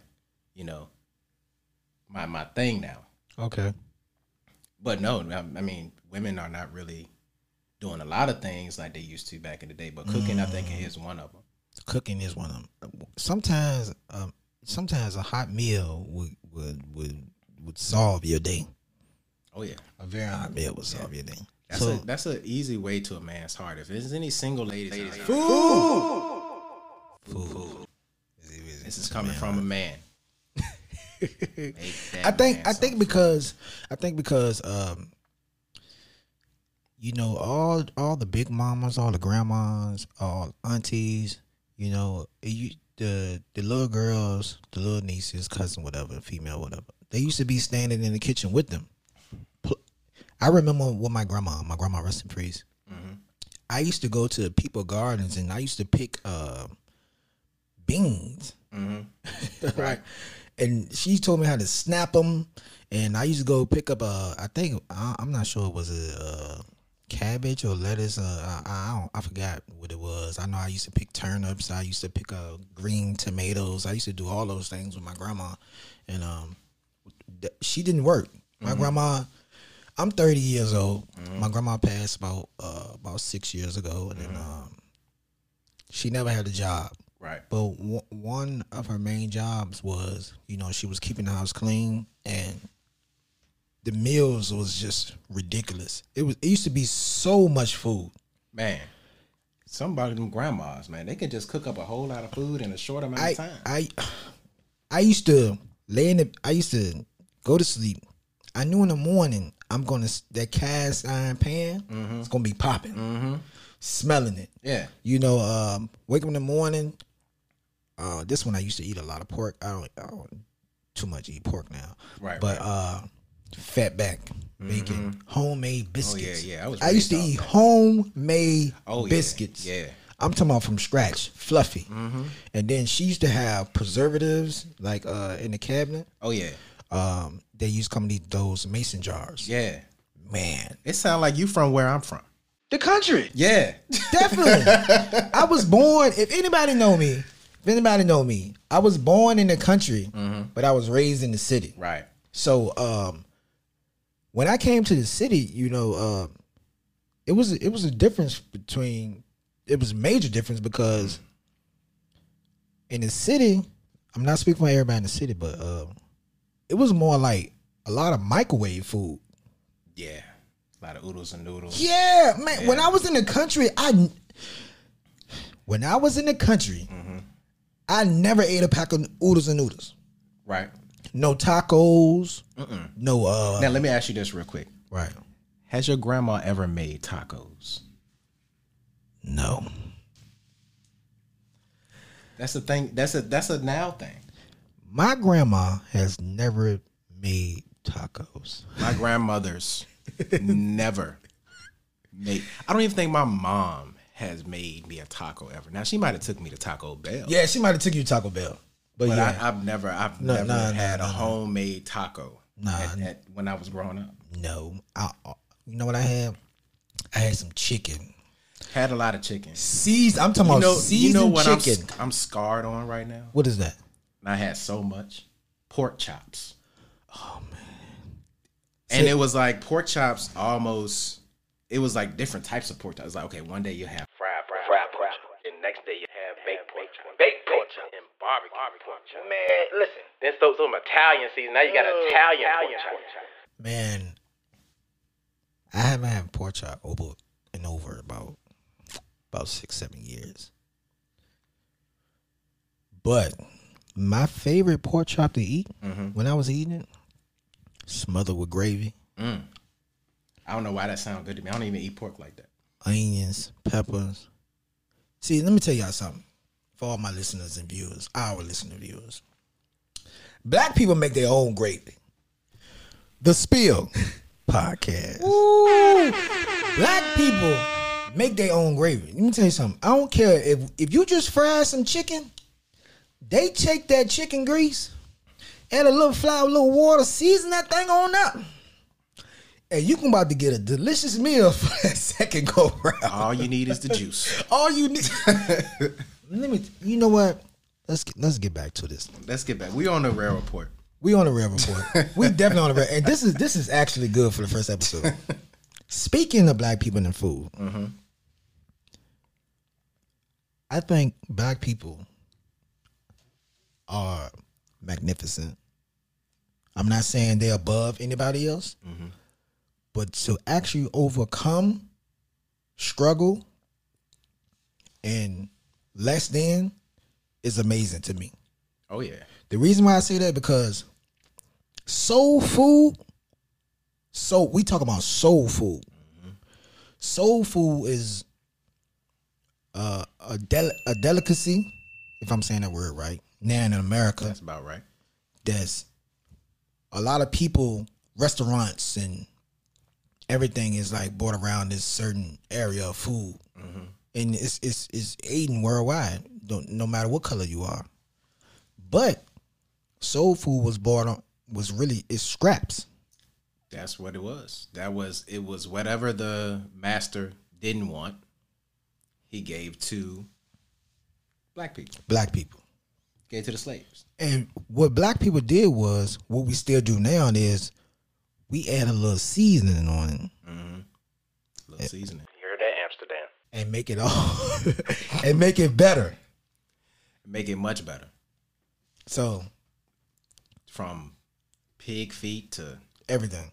Speaker 2: you know, my my thing now.
Speaker 4: Okay.
Speaker 2: But no, I, I mean, women are not really doing a lot of things like they used to back in the day. But cooking, I think, is one of them.
Speaker 4: cooking is one of them. Sometimes, um, sometimes a hot meal would would would, would solve your day.
Speaker 2: Oh yeah,
Speaker 4: A very hot meal would solve your day.
Speaker 2: that's a that's an easy way to a man's heart. If there's any single ladies, out there, this is coming from a *laughs* man. Make that
Speaker 4: I think
Speaker 2: man
Speaker 4: I think
Speaker 2: some-
Speaker 4: because I think because um, you know all all the big mamas, all the grandmas, all aunties, you know you the the little girls, the little nieces, cousin, whatever, female, whatever. They used to be standing in the kitchen with them. Pl- I remember with my grandma, my grandma rest in peace.
Speaker 2: Mm-hmm.
Speaker 4: I used to go to people gardens and I used to pick uh, beans. right. And she told me how to snap them, and I used to go pick up a. I think I, I'm not sure it was a, uh cabbage or lettuce. Uh, I, I don't. I forgot what it was. I know I used to pick turnips. I used to pick uh, green tomatoes. I used to do all those things with my grandma, and um, th- she didn't work. My grandma. I'm 30 years old. My grandma passed about uh, about six years ago, and then, um, she never had a job.
Speaker 2: right.
Speaker 4: But w- one of her main jobs was, you know, she was keeping the house clean and the meals was just ridiculous. It was it used to be so much food.
Speaker 2: Man, somebody them grandmas, man, they can just cook up a whole lot of food in a short amount
Speaker 4: I
Speaker 2: of time.
Speaker 4: I I used to lay in the I used to go to sleep. I knew in the morning I'm gonna s- that cast iron pan it's gonna be popping. smelling it.
Speaker 2: Yeah.
Speaker 4: You know, um, wake up in the morning. Uh, this one I used to eat a lot of pork. I don't, I don't too much eat pork now.
Speaker 2: Right, Mm-hmm.
Speaker 4: But uh, fat back bacon, homemade biscuits.
Speaker 2: Oh, yeah, I was
Speaker 4: I used to
Speaker 2: raised
Speaker 4: eat homemade
Speaker 2: Oh, yeah,
Speaker 4: biscuits.
Speaker 2: yeah. Mm-hmm.
Speaker 4: I'm talking about from scratch, fluffy. And then she used to have preservatives like uh, in the cabinet.
Speaker 2: Oh yeah.
Speaker 4: Um, they used to come to those mason jars.
Speaker 2: Yeah.
Speaker 4: Man,
Speaker 2: It sounds like you from where I'm from.
Speaker 4: the country.
Speaker 2: *laughs* Yeah.
Speaker 4: Definitely. I was born, if anybody know me, if anybody know me, I was born in the country, but I was raised in the city.
Speaker 2: right.
Speaker 4: So um when I came to the city, you know, uh, it was it was a difference between it was a major difference because in the city, I'm not speaking for everybody in the city, but uh, it was more like a lot of microwave food.
Speaker 2: Yeah. A lot of oodles and noodles.
Speaker 4: Yeah, man. When I was in the country, I when I was in the country, I never ate a pack of oodles and noodles.
Speaker 2: Right.
Speaker 4: No tacos. No. Uh,
Speaker 2: Now let me ask you this real quick.
Speaker 4: right.
Speaker 2: Has your grandma ever made tacos?
Speaker 4: No.
Speaker 2: That's a thing. That's a that's a now thing.
Speaker 4: My grandma has never made tacos. *laughs*
Speaker 2: My grandmother's never made. I don't even think my mom has made me a taco ever. Now she might have took me to Taco Bell.
Speaker 4: Yeah, she might have took you to Taco Bell, but,
Speaker 2: But
Speaker 4: yeah,
Speaker 2: I, I've never, I've
Speaker 4: No,
Speaker 2: never
Speaker 4: no, no,
Speaker 2: had
Speaker 4: no,
Speaker 2: a
Speaker 4: no.
Speaker 2: homemade taco
Speaker 4: Nah.
Speaker 2: at, at, when I was growing up.
Speaker 4: no. I, I- you know what I had? I had some chicken.
Speaker 2: Had a lot of chicken.
Speaker 4: Seasoned. I'm talking
Speaker 2: You
Speaker 4: about
Speaker 2: know,
Speaker 4: seasoned
Speaker 2: you know what I'm,
Speaker 4: chicken.
Speaker 2: sc- I'm scarred on right now?
Speaker 4: what is that?
Speaker 2: And I had so much pork chops. Oh man! And it was like pork chops almost. It was like different types of pork chops. It's like okay, one day you have
Speaker 1: Fried, fried, fried pork chop. The next day you have baked pork chop. Baked pork chop. And barbecue, pork chop. Man, listen. Then so some Italian season. Now you got Italian, pork chop.
Speaker 4: Man, I haven't had pork chop over and over about about six seven years. But my favorite pork chop to eat when I was eating it, smothered with gravy,
Speaker 2: I don't know why that sounds good to me. I don't even eat pork like that.
Speaker 4: onions, peppers. See, let me tell y'all something for all my listeners and viewers, our listener viewers. Black people make their own gravy. The Spill podcast. Black people make their own gravy. Let me tell you something. I don't care if if you just fry some chicken, they take that chicken grease, add a little flour, a little water, season that thing on up. And you can about to get a delicious meal *laughs* for that second go round.
Speaker 2: All you need is the juice.
Speaker 4: All you need. *laughs* Let me. You know what? Let's get, let's get back to this.
Speaker 2: Let's get back. We on the rail report.
Speaker 4: We on a rail report. we definitely on a rail. And this is this is actually good for the first episode. Speaking of black people and food, I think black people are magnificent. I'm not saying they're above anybody else, but to actually overcome struggle and less than is amazing to me.
Speaker 2: Oh yeah.
Speaker 4: The reason why I say that because soul food, so we talk about soul food. Soul food is uh, a del- a delicacy, if I'm saying that word right. Now in America,
Speaker 2: That's about right.
Speaker 4: that's a lot of people, restaurants and everything is like brought around this certain area of food, and it's it's it's aiding worldwide. Don't no matter what color you are, but soul food was brought on was really it's scraps.
Speaker 2: That's what it was. That was it was whatever the master didn't want. He gave to black people.
Speaker 4: Black people.
Speaker 2: Gave to the slaves.
Speaker 4: And what black people did was what we still do now is we add a little seasoning on it
Speaker 2: little seasoning.
Speaker 1: You're that Amsterdam.
Speaker 4: and make it all *laughs* and make it better.
Speaker 2: Make it much better.
Speaker 4: So
Speaker 2: From pig feet to
Speaker 4: everything.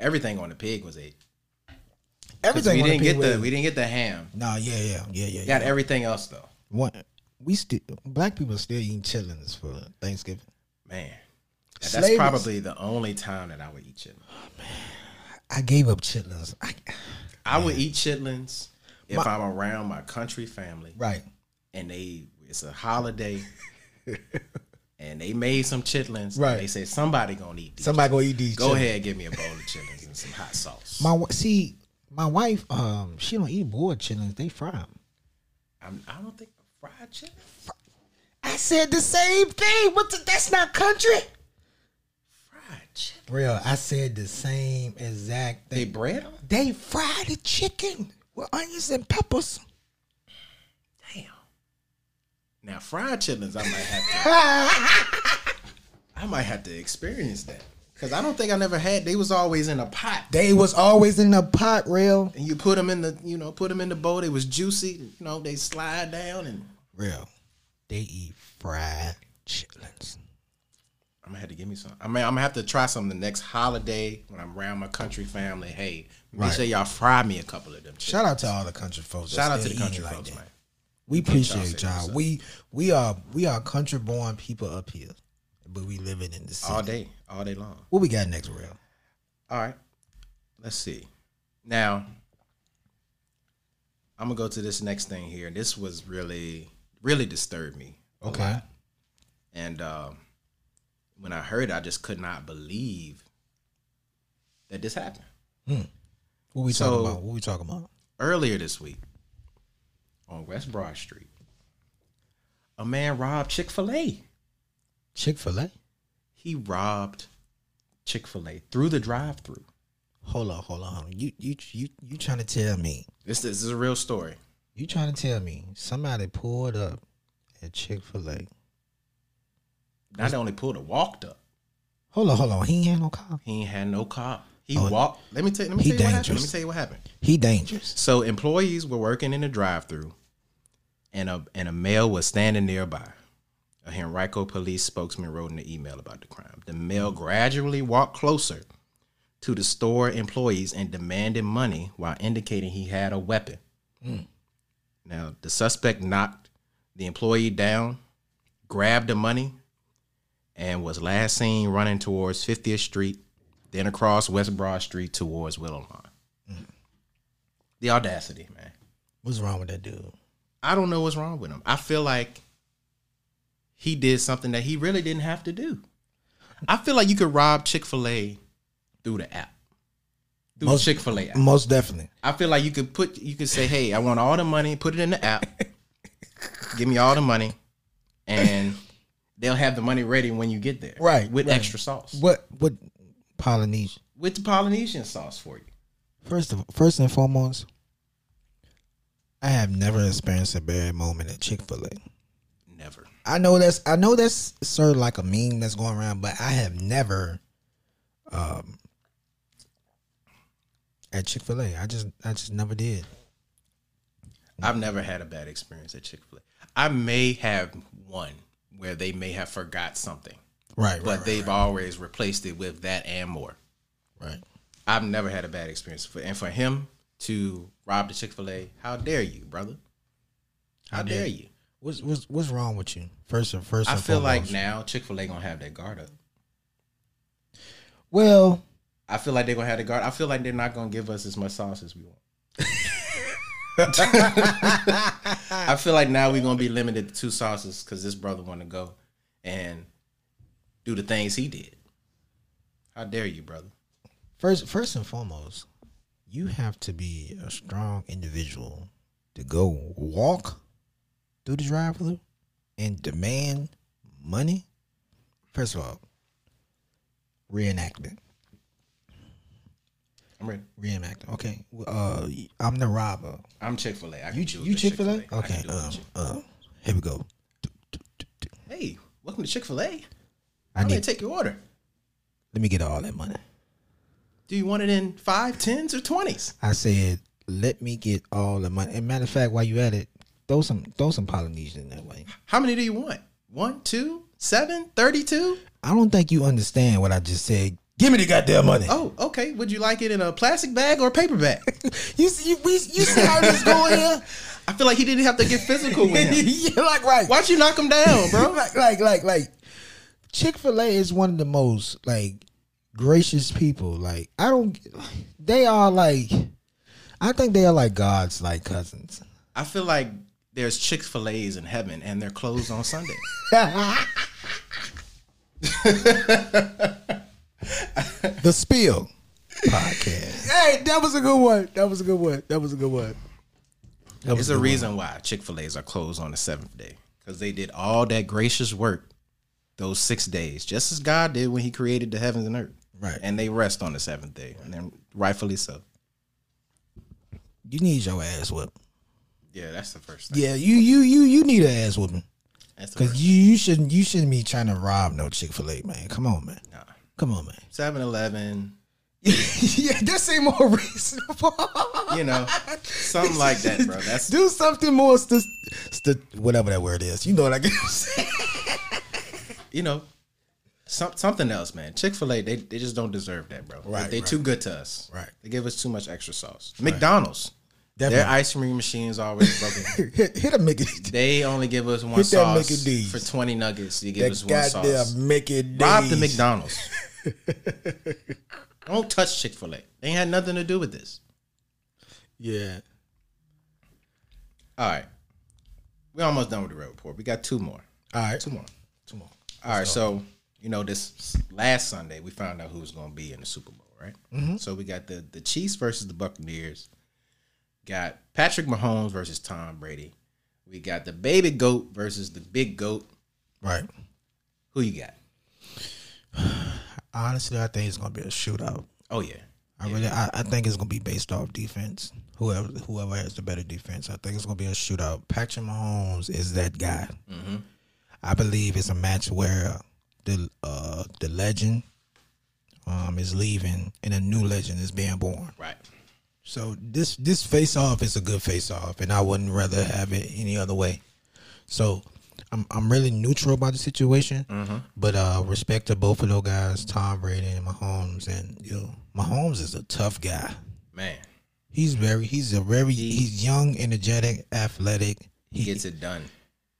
Speaker 2: everything on the pig was ate. 'Cause
Speaker 4: Everything
Speaker 2: we
Speaker 4: on the
Speaker 2: didn't get
Speaker 4: pig
Speaker 2: the
Speaker 4: was-
Speaker 2: we didn't get the ham.
Speaker 4: Nah, yeah, yeah, yeah, yeah.
Speaker 2: We
Speaker 4: yeah.
Speaker 2: got everything else though.
Speaker 4: One, we still black people still eating chitlins for Thanksgiving.
Speaker 2: Man. And
Speaker 4: Slaves.
Speaker 2: That's probably the only time that I would eat chitlins.
Speaker 4: I gave up chitlins. I,
Speaker 2: I would eat chitlins if I'm around my country family
Speaker 4: Right.
Speaker 2: and they it's a holiday
Speaker 4: *laughs*
Speaker 2: and they made some chitlins,
Speaker 4: Right.
Speaker 2: They said somebody gonna eat these.
Speaker 4: Somebody gonna eat these.
Speaker 2: Go
Speaker 4: chips.
Speaker 2: ahead, give me a bowl of chitlins and some hot sauce.
Speaker 4: My wi- see, my wife, um, she don't eat boiled chitlins. They fry 'em.
Speaker 2: I'm, I don't think fried chicken.
Speaker 4: I said the same thing. What? The, that's not country.
Speaker 2: Fried chicken.
Speaker 4: Real. I said the same exact
Speaker 2: They
Speaker 4: thing.
Speaker 2: bread them.
Speaker 4: They, fry the chicken with onions and peppers.
Speaker 2: Damn. Now fried chitlins, I might have to. *laughs* I might have to experience that because I don't think I never had. They was always in a pot.
Speaker 4: They was always in the pot. Real.
Speaker 2: and you put them in the you know put them in the bowl. They was juicy. You know they slide down, and
Speaker 4: Real. They eat fried chitlins.
Speaker 2: I'm gonna have to give me some. I mean I'm gonna have to try some the next holiday when I'm around my country family. Hey, make
Speaker 4: Right.
Speaker 2: sure y'all fry me a couple of them. Chips.
Speaker 4: Shout out to all the country folks. that's
Speaker 2: Shout out to
Speaker 4: still
Speaker 2: the country
Speaker 4: eating
Speaker 2: folks,
Speaker 4: that.
Speaker 2: man.
Speaker 4: We appreciate
Speaker 2: y'all
Speaker 4: y'all.
Speaker 2: say
Speaker 4: We we are we are country born people up here, but we living in the city.
Speaker 2: All day, all day long.
Speaker 4: What we got next, real?
Speaker 2: All right, let's see. Now, I'm gonna go to this next thing here. This was really, really disturbed me. a lot. And um, when I heard, it, I just could not believe that this happened.
Speaker 4: Hmm. What we
Speaker 2: So-
Speaker 4: talking about? What we talking about?
Speaker 2: earlier this week on West Broad Street, a man robbed Chick fil A.
Speaker 4: Chick Fil A.
Speaker 2: He robbed Chick fil A through the drive through.
Speaker 4: Hold on, hold on, hold on. You you you you trying to tell me?
Speaker 2: This, this is a real story.
Speaker 4: You trying to tell me somebody pulled up at Chick Fil A?
Speaker 2: Not only pulled a walked up,
Speaker 4: Hold on, hold on. He ain't had no car.
Speaker 2: he ain't had no cop. He
Speaker 4: Oh,
Speaker 2: walked. Let me tell, let me
Speaker 4: he
Speaker 2: tell you what happened.
Speaker 4: dangerous.
Speaker 2: Let me tell you what happened.
Speaker 4: He dangerous.
Speaker 2: So employees were working in the drive-through, and a and a male was standing nearby. A Henrico police spokesman wrote in an email about the crime. The male gradually walked closer to the store employees and demanded money while indicating he had a weapon. Now the suspect knocked the employee down, grabbed the money, and was last seen running towards 50th Street, then across West Broad Street towards Willow Lawn. The audacity, man.
Speaker 4: What's wrong with that dude?
Speaker 2: I don't know what's wrong with him. I feel like he did something that he really didn't have to do. I feel like you could rob Chick fil A through the app. Through
Speaker 4: Most-
Speaker 2: Chick fil A app.
Speaker 4: Most definitely.
Speaker 2: I feel like you could put you could say, hey, I want all the money, put it in
Speaker 4: *laughs*
Speaker 2: the app. give me all the money. And they'll have the money ready when you get there.
Speaker 4: Right,
Speaker 2: With
Speaker 4: right.
Speaker 2: extra sauce.
Speaker 4: What what Polynesian?
Speaker 2: With the Polynesian sauce for you.
Speaker 4: First of first and foremost, I have never experienced a bad moment at Chick Fil A.
Speaker 2: Never.
Speaker 4: I know that's I know that's sort of like a meme that's going around, but I have never, um, at Chick Fil A. I just I just never did.
Speaker 2: I've never had a bad experience at Chick Fil A. I may have one where they may have forgot something,
Speaker 4: Right, right,
Speaker 2: but they've always replaced it with that and more.
Speaker 4: right.
Speaker 2: I've never had a bad experience, For- and for him to rob the Chick Fil A, how dare you, brother? How
Speaker 4: I did.
Speaker 2: dare you?
Speaker 4: What's what's what's wrong with you? First and first,
Speaker 2: I
Speaker 4: and
Speaker 2: feel like
Speaker 4: foremost.
Speaker 2: now Chick Fil A gonna have that guard up.
Speaker 4: well,
Speaker 2: I feel like they're gonna have the guard. I feel like they're not gonna give us as much sauce as we
Speaker 4: *laughs*
Speaker 2: want. I feel like now we're gonna be limited to two sauces because this brother want to go and do the things he did. How dare you, brother?
Speaker 4: first first and foremost, you have to be a strong individual to go walk through the drive-thru and demand money. First of all, reenactment.
Speaker 2: I'm ready.
Speaker 4: Reenact. Okay. Uh, I'm the robber.
Speaker 2: I'm Chick Fil A.
Speaker 4: You you Chick Fil A? Okay. Um, um, here we go.
Speaker 2: Hey, welcome to Chick Fil A.
Speaker 4: I
Speaker 2: I'm gonna
Speaker 4: need.
Speaker 2: take your order.
Speaker 4: let me get all that money.
Speaker 2: Do you want it in five, tens, or twenties?
Speaker 4: I said, let me get all the money. And matter of fact, while you at it, throw some throw some Polynesian in that way.
Speaker 2: How many do you want? One, two, seven, thirty-two.
Speaker 4: I don't think you understand what I just said. Give me the goddamn money.
Speaker 2: Oh, okay. Would you like it in a plastic bag or a paper *laughs* bag?
Speaker 4: *laughs* You see, you, we, you see how this going *laughs* here?
Speaker 2: I feel like he didn't have to get physical with *laughs* him.
Speaker 4: *laughs* You're like right.
Speaker 2: Why'd you knock him down, bro?
Speaker 4: like, like, like, like Chick Fil A is one of the most like gracious people. Like, I don't. They are like. I think they are like God's like cousins. *laughs*
Speaker 2: I feel like there's Chick Fil A's in heaven, and they're closed on Sunday.
Speaker 4: The Spiel podcast. hey, that was a good one. That was a good one. That was a good one. That
Speaker 2: There's a reason why Chick Fil A's are closed on the seventh day because they did all that gracious work those six days, just as God did when He created the heavens and earth.
Speaker 4: Right.
Speaker 2: and they rest on the seventh day, and then rightfully so.
Speaker 4: You need your ass whooped.
Speaker 2: Yeah, that's the first thing.
Speaker 4: Yeah, you you you you need an ass whooping.
Speaker 2: that's the
Speaker 4: Cause
Speaker 2: first.
Speaker 4: you you shouldn't you shouldn't be trying to rob no Chick Fil A man. Come on man.
Speaker 2: Nah.
Speaker 4: Come on man. *laughs*
Speaker 2: 7-Eleven,
Speaker 4: yeah, this ain't more *laughs* reasonable.
Speaker 2: you *laughs* know, something like that, bro. That's
Speaker 4: Do something more st- st- whatever that word is. You know what I am saying?
Speaker 2: you know, some, something else, man. Chick Fil A, they, they just don't deserve that, bro.
Speaker 4: Right,
Speaker 2: they
Speaker 4: right.
Speaker 2: too good to us.
Speaker 4: Right.
Speaker 2: they give us too much extra sauce. McDonald's, their
Speaker 4: Definitely.
Speaker 2: ice cream machine's always
Speaker 4: *laughs*
Speaker 2: broken.
Speaker 4: hit, hit a Mickey. *laughs*
Speaker 2: they only give us one
Speaker 4: Hit that
Speaker 2: sauce
Speaker 4: Mickey D's.
Speaker 2: for twenty nuggets. You give us
Speaker 4: That
Speaker 2: one
Speaker 4: goddamn
Speaker 2: sauce.
Speaker 4: Mickey D's.
Speaker 2: Rob the McDonald's.
Speaker 4: *laughs*
Speaker 2: don't touch Chick Fil A. They ain't had nothing to do with this.
Speaker 4: Yeah.
Speaker 2: All right, we're almost done with the road report. We got two more.
Speaker 4: All right.
Speaker 2: Two more.
Speaker 4: Two more.
Speaker 2: All right, so you know this last Sunday we found out who was going to be in the Super Bowl, right?
Speaker 4: Mm-hmm.
Speaker 2: So we got the the Chiefs versus the Buccaneers. Got Patrick Mahomes versus Tom Brady. We got the baby goat versus the big goat.
Speaker 4: Right.
Speaker 2: Who you got?
Speaker 4: Honestly, I think it's gonna be a shootout.
Speaker 2: Oh yeah,
Speaker 4: I really, I, I think it's gonna be based off defense. Whoever, whoever has the better defense, I think it's gonna be a shootout. Patrick Mahomes is that guy. I believe it's a match where the uh, the legend um, is leaving and a new legend is being born.
Speaker 2: right.
Speaker 4: So this this face off is a good face off, and I wouldn't rather have it any other way. So I'm I'm really neutral about the situation,
Speaker 2: Mm-hmm.
Speaker 4: but uh, respect to both of those guys, Tom Brady and Mahomes, and you know, Mahomes is a tough guy.
Speaker 2: Man,
Speaker 4: He's very he's a very he's young, energetic, athletic.
Speaker 2: he
Speaker 4: He
Speaker 2: gets it done.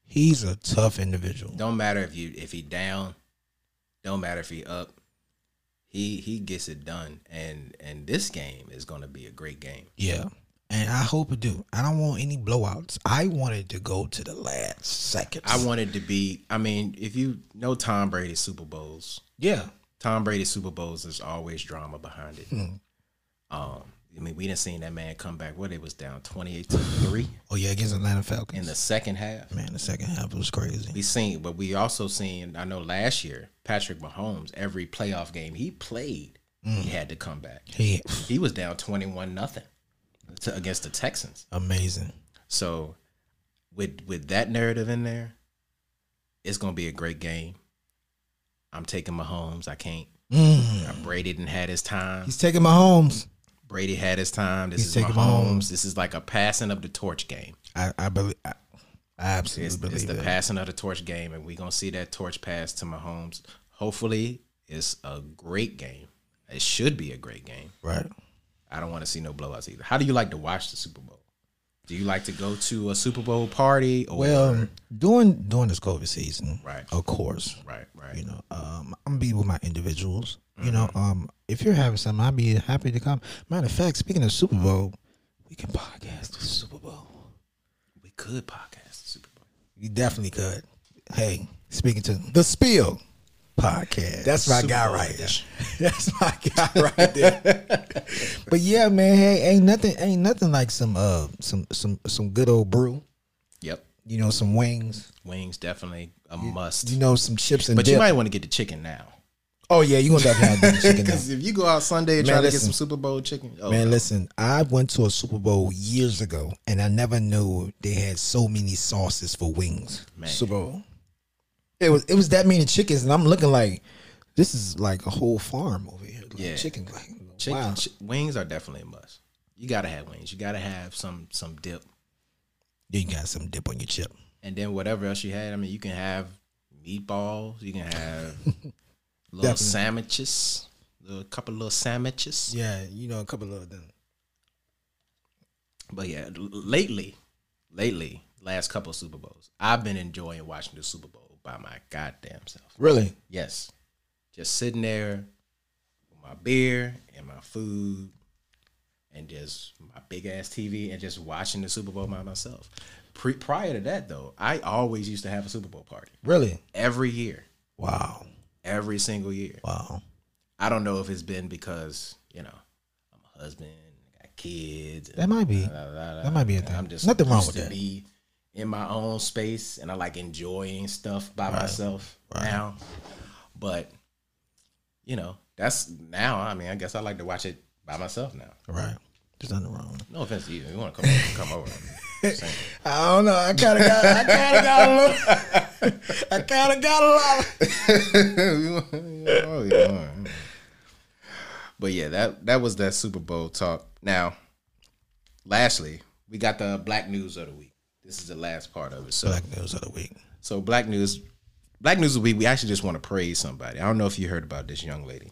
Speaker 4: he's a tough individual.
Speaker 2: Don't matter if you if he down. Don't matter if he up. He he gets it done, and and this game is going to be a great game.
Speaker 4: Yeah. And I hope it do. I don't want any blowouts. I wanted to go to the last seconds.
Speaker 2: I wanted to be. I mean, if you know Tom Brady's Super Bowls,
Speaker 4: yeah.
Speaker 2: Tom Brady's Super Bowls there's always drama behind it.
Speaker 4: Hmm.
Speaker 2: Um, I mean, we didn't seen that man come back. What it was down twenty eight to three
Speaker 4: Oh yeah, against Atlanta
Speaker 2: in
Speaker 4: Falcons.
Speaker 2: the second half.
Speaker 4: Man, the second half was crazy.
Speaker 2: We seen, but we also seen. I know last year Patrick Mahomes every playoff game he played,
Speaker 4: Mm.
Speaker 2: he had to come back.
Speaker 4: He
Speaker 2: He was down twenty one nothing against the Texans.
Speaker 4: amazing.
Speaker 2: So with with that narrative in there, it's gonna be a great game. I'm taking Mahomes. I can't.
Speaker 4: Mm.
Speaker 2: Uh, Brady didn't had his time.
Speaker 4: He's taking my homes.
Speaker 2: Brady had his time. This
Speaker 4: He's
Speaker 2: is
Speaker 4: taking
Speaker 2: Mahomes.
Speaker 4: Mahomes.
Speaker 2: This is like a passing of the torch game.
Speaker 4: I, I believe. I, I absolutely
Speaker 2: It's,
Speaker 4: believe
Speaker 2: it's the
Speaker 4: that.
Speaker 2: passing of the torch game, and we're gonna see that torch pass to Mahomes. Hopefully, it's a great game. It should be a great game.
Speaker 4: Right.
Speaker 2: I don't want to see no blowouts either. How do you like to watch the Super Bowl? Do you like to go to a Super Bowl party? Or,
Speaker 4: Well, um, during during this COVID season,
Speaker 2: Right.
Speaker 4: Of course,
Speaker 2: right, right.
Speaker 4: you know, um, I'm gonna be with my individuals. You know,
Speaker 2: Mm-hmm.
Speaker 4: um, if you're having something, I'd be happy to come. Matter of fact, speaking of Super Bowl, we can podcast the Super Bowl.
Speaker 2: We could podcast the Super Bowl.
Speaker 4: You definitely could. Hey, speaking to the Spiel podcast. That's my
Speaker 2: Super
Speaker 4: guy
Speaker 2: Bowl
Speaker 4: right there. *laughs*
Speaker 2: edition.
Speaker 4: That's my guy *laughs* right there. but yeah, man, hey, ain't nothing, ain't nothing like some, uh, some, some, some good old brew.
Speaker 2: Yep.
Speaker 4: You know, some wings.
Speaker 2: Wings definitely a must.
Speaker 4: You know, some chips and
Speaker 2: but
Speaker 4: dip.
Speaker 2: you might want to get the chicken now.
Speaker 4: oh yeah, you gonna definitely have that *laughs* chicken.
Speaker 2: Because if you go out Sunday and
Speaker 4: Man,
Speaker 2: try to get
Speaker 4: listen.
Speaker 2: some Super Bowl chicken, oh,
Speaker 4: Man, listen, I went to a Super Bowl years ago, and I never knew they had so many sauces for wings.
Speaker 2: Man.
Speaker 4: Super Bowl. It was it was that many chickens, and I'm looking like this is like a whole farm over here. Like
Speaker 2: Yeah.
Speaker 4: chicken, like
Speaker 2: chicken,
Speaker 4: wow.
Speaker 2: chi- wings are definitely a must. You gotta have wings. You gotta have some some dip,
Speaker 4: you got some dip on your chip.
Speaker 2: and then whatever else you had. I mean, you can have meatballs. You can
Speaker 4: *laughs*
Speaker 2: have little
Speaker 4: Definitely.
Speaker 2: sandwiches, a couple little sandwiches.
Speaker 4: Yeah, you know a couple of them.
Speaker 2: But yeah, l- lately, lately, last couple of Super Bowls, I've been enjoying watching the Super Bowl by my goddamn self.
Speaker 4: Really?
Speaker 2: Yes. Just sitting there with my beer and my food and just my big ass TV and just watching the Super Bowl by myself. Pre- prior to that, though, I always used to have a Super Bowl party
Speaker 4: Really?
Speaker 2: every year,
Speaker 4: Wow.
Speaker 2: every single year.
Speaker 4: Wow.
Speaker 2: I don't know if it's been because you know I'm a husband, I got kids.
Speaker 4: That might be.
Speaker 2: da, da, da, da.
Speaker 4: That might be a
Speaker 2: And
Speaker 4: thing.
Speaker 2: I'm just
Speaker 4: Nothing wrong
Speaker 2: used
Speaker 4: with
Speaker 2: to
Speaker 4: that.
Speaker 2: Be in my own space, and I like enjoying stuff by myself now. But you know, that's now. I mean, I guess I like to watch it by myself now.
Speaker 4: Right. There's nothing wrong.
Speaker 2: No offense to you. You want to come over,
Speaker 4: *laughs*
Speaker 2: come over. Just saying.
Speaker 4: I don't know. I kind of got. I kind of got a little. *laughs* I kind of got a lot.
Speaker 2: Oh, yeah. but yeah, that that was that Super Bowl talk. Now, lastly, we got the Black News of the week. This is the last part of it. So,
Speaker 4: Black news of the week.
Speaker 2: so Black News, Black News of the week. We actually just want to praise somebody. I don't know if you heard about this young lady,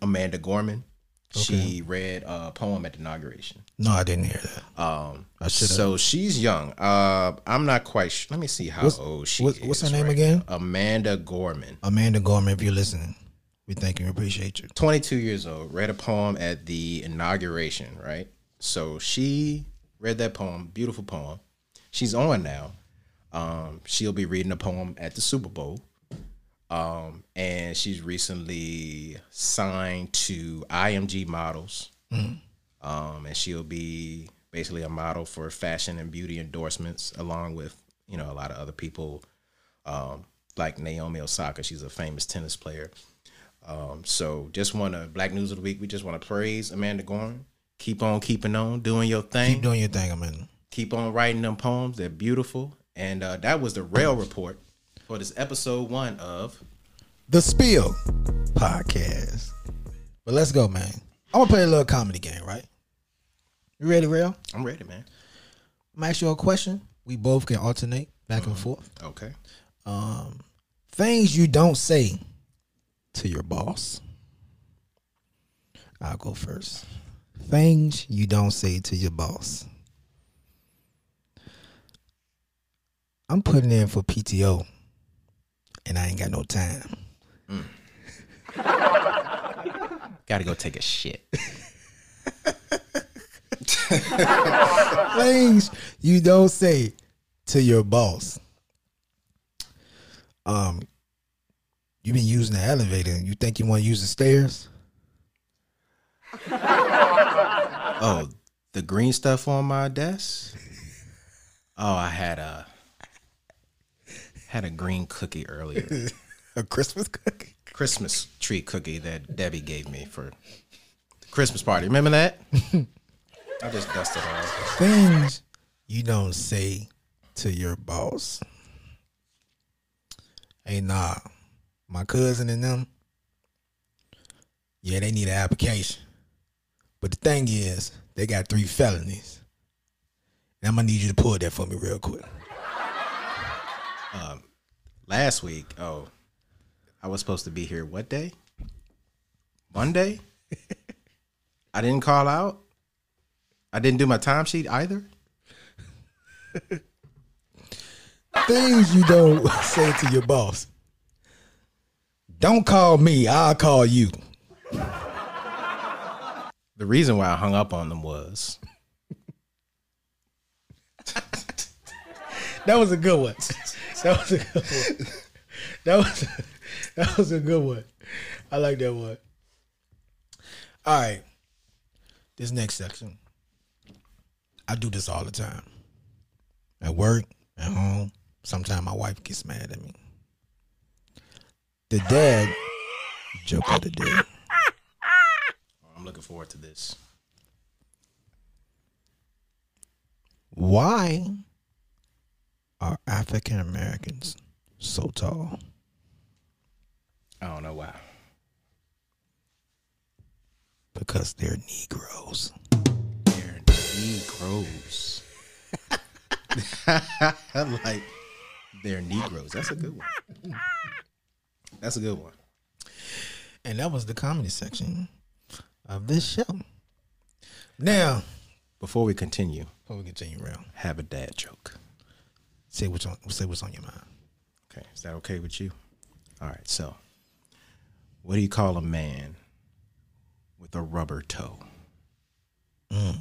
Speaker 2: Amanda Gorman. She read a poem at the inauguration.
Speaker 4: No, I didn't hear that.
Speaker 2: Um,
Speaker 4: I should've-
Speaker 2: so she's young. Uh, I'm not quite. Sh- Let me see how old she
Speaker 4: what-
Speaker 2: is.
Speaker 4: what's her name again?
Speaker 2: now. Amanda Gorman.
Speaker 4: Amanda Gorman, if you're listening, we thank you. We appreciate you.
Speaker 2: 22 years old, read a poem at the inauguration, right? So she read that poem, beautiful poem. She's on now. Um, she'll be reading a poem at the Super Bowl. Um, and she's recently signed to IMG Models.
Speaker 4: Mm-hmm.
Speaker 2: Um, and she'll be basically a model for fashion and beauty endorsements, along with, you know, a lot of other people um, like Naomi Osaka. She's a famous tennis player. Um, so just want to Black News of the Week. We just want to praise Amanda Gorman. Keep on keeping on doing your thing.
Speaker 4: Keep doing your thing, Amanda.
Speaker 2: Keep on writing them poems. They're beautiful. And uh, that was the rail report for this episode one of
Speaker 4: The Spiel podcast. But let's go, man. I'm gonna play a little comedy game, right? You ready, real?
Speaker 2: I'm ready, man.
Speaker 4: I'm gonna ask you a question. We both can alternate back
Speaker 2: Mm-hmm.
Speaker 4: and forth.
Speaker 2: Okay.
Speaker 4: Things you don't say to your boss. I'll go first. Things you don't say to your boss. I'm putting in for PTO and I ain't got no time.
Speaker 2: Gotta go take a shit.
Speaker 4: Things you don't say to your boss. Um, you've been using the elevator and you think you want to use the stairs?
Speaker 2: oh, the green stuff on my desk. Oh, I had a had a green cookie earlier.
Speaker 4: A Christmas cookie?
Speaker 2: Christmas tree cookie that Debbie gave me for the Christmas party. Remember that? I just dusted off.
Speaker 4: things you don't say to your boss. Hey, nah, my cousin and them, yeah, they need an application. But the thing is, they got three felonies. And I'm gonna need you to pull that for me real quick.
Speaker 2: Last week, oh, I was supposed to be here what day? Monday? I didn't call out. I didn't do my timesheet either.
Speaker 4: Things you don't *laughs* say to your boss. Don't call me, I'll call you.
Speaker 2: The reason why I hung up on them was
Speaker 4: That was a good one. *laughs* That was a good one. That was *laughs* that was a good one. I like that one. All right. This next section. I do this all the time. At work, at home. Sometimes my wife gets mad at me. The dad joke of the day.
Speaker 2: I'm looking forward to this.
Speaker 4: Why are African Americans so tall?
Speaker 2: I don't know why.
Speaker 4: Because they're Negroes.
Speaker 2: They're Negroes. *laughs* like they're Negroes. That's a good one. That's a good one.
Speaker 4: And that was the comedy section of this show. Now,
Speaker 2: Before we continue,
Speaker 4: before we continue around,
Speaker 2: have a dad joke.
Speaker 4: say what's on say what's on your mind.
Speaker 2: Okay, is that okay with you? All right, so what do you call a man with a rubber toe?
Speaker 4: I'm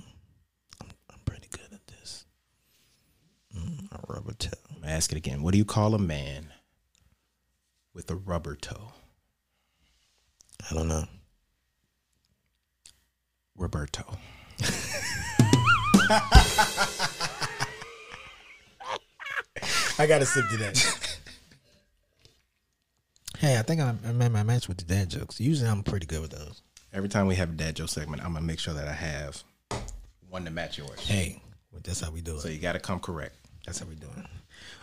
Speaker 4: pretty good at this. Mm, a rubber toe.
Speaker 2: I'm gonna ask it again. What do you call a man with a rubber toe?
Speaker 4: I don't know.
Speaker 2: Roberto.
Speaker 4: I got to sip to that. hey, I think I, I made my match with the dad jokes. Usually, I'm pretty good with those.
Speaker 2: Every time we have a dad joke segment, I'm gonna make sure that I have one to match yours.
Speaker 4: Hey, but that's how we do it.
Speaker 2: So you gotta come correct.
Speaker 4: That's how we do it.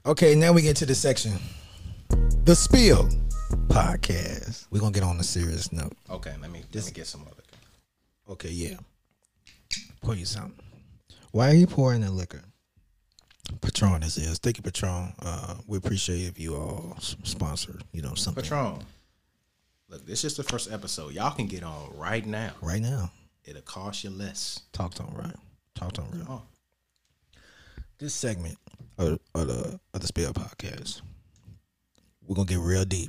Speaker 4: Okay, now we get to the section, the spiel podcast. We're gonna get on a serious note.
Speaker 2: Okay, let me let me get some other.
Speaker 4: Okay, yeah. Pour you something. Why are you pouring the liquor? Patron this is. Thank you, Patron. Uh, we appreciate if you all s- sponsor, you know, something
Speaker 2: Patron. Look, this is the first episode. Y'all can get on right now.
Speaker 4: right now.
Speaker 2: It'll cost you less.
Speaker 4: Talk to him, right? Talk to him, real.
Speaker 2: Oh.
Speaker 4: This segment of, of the of the Spell Podcast, we're gonna get real deep,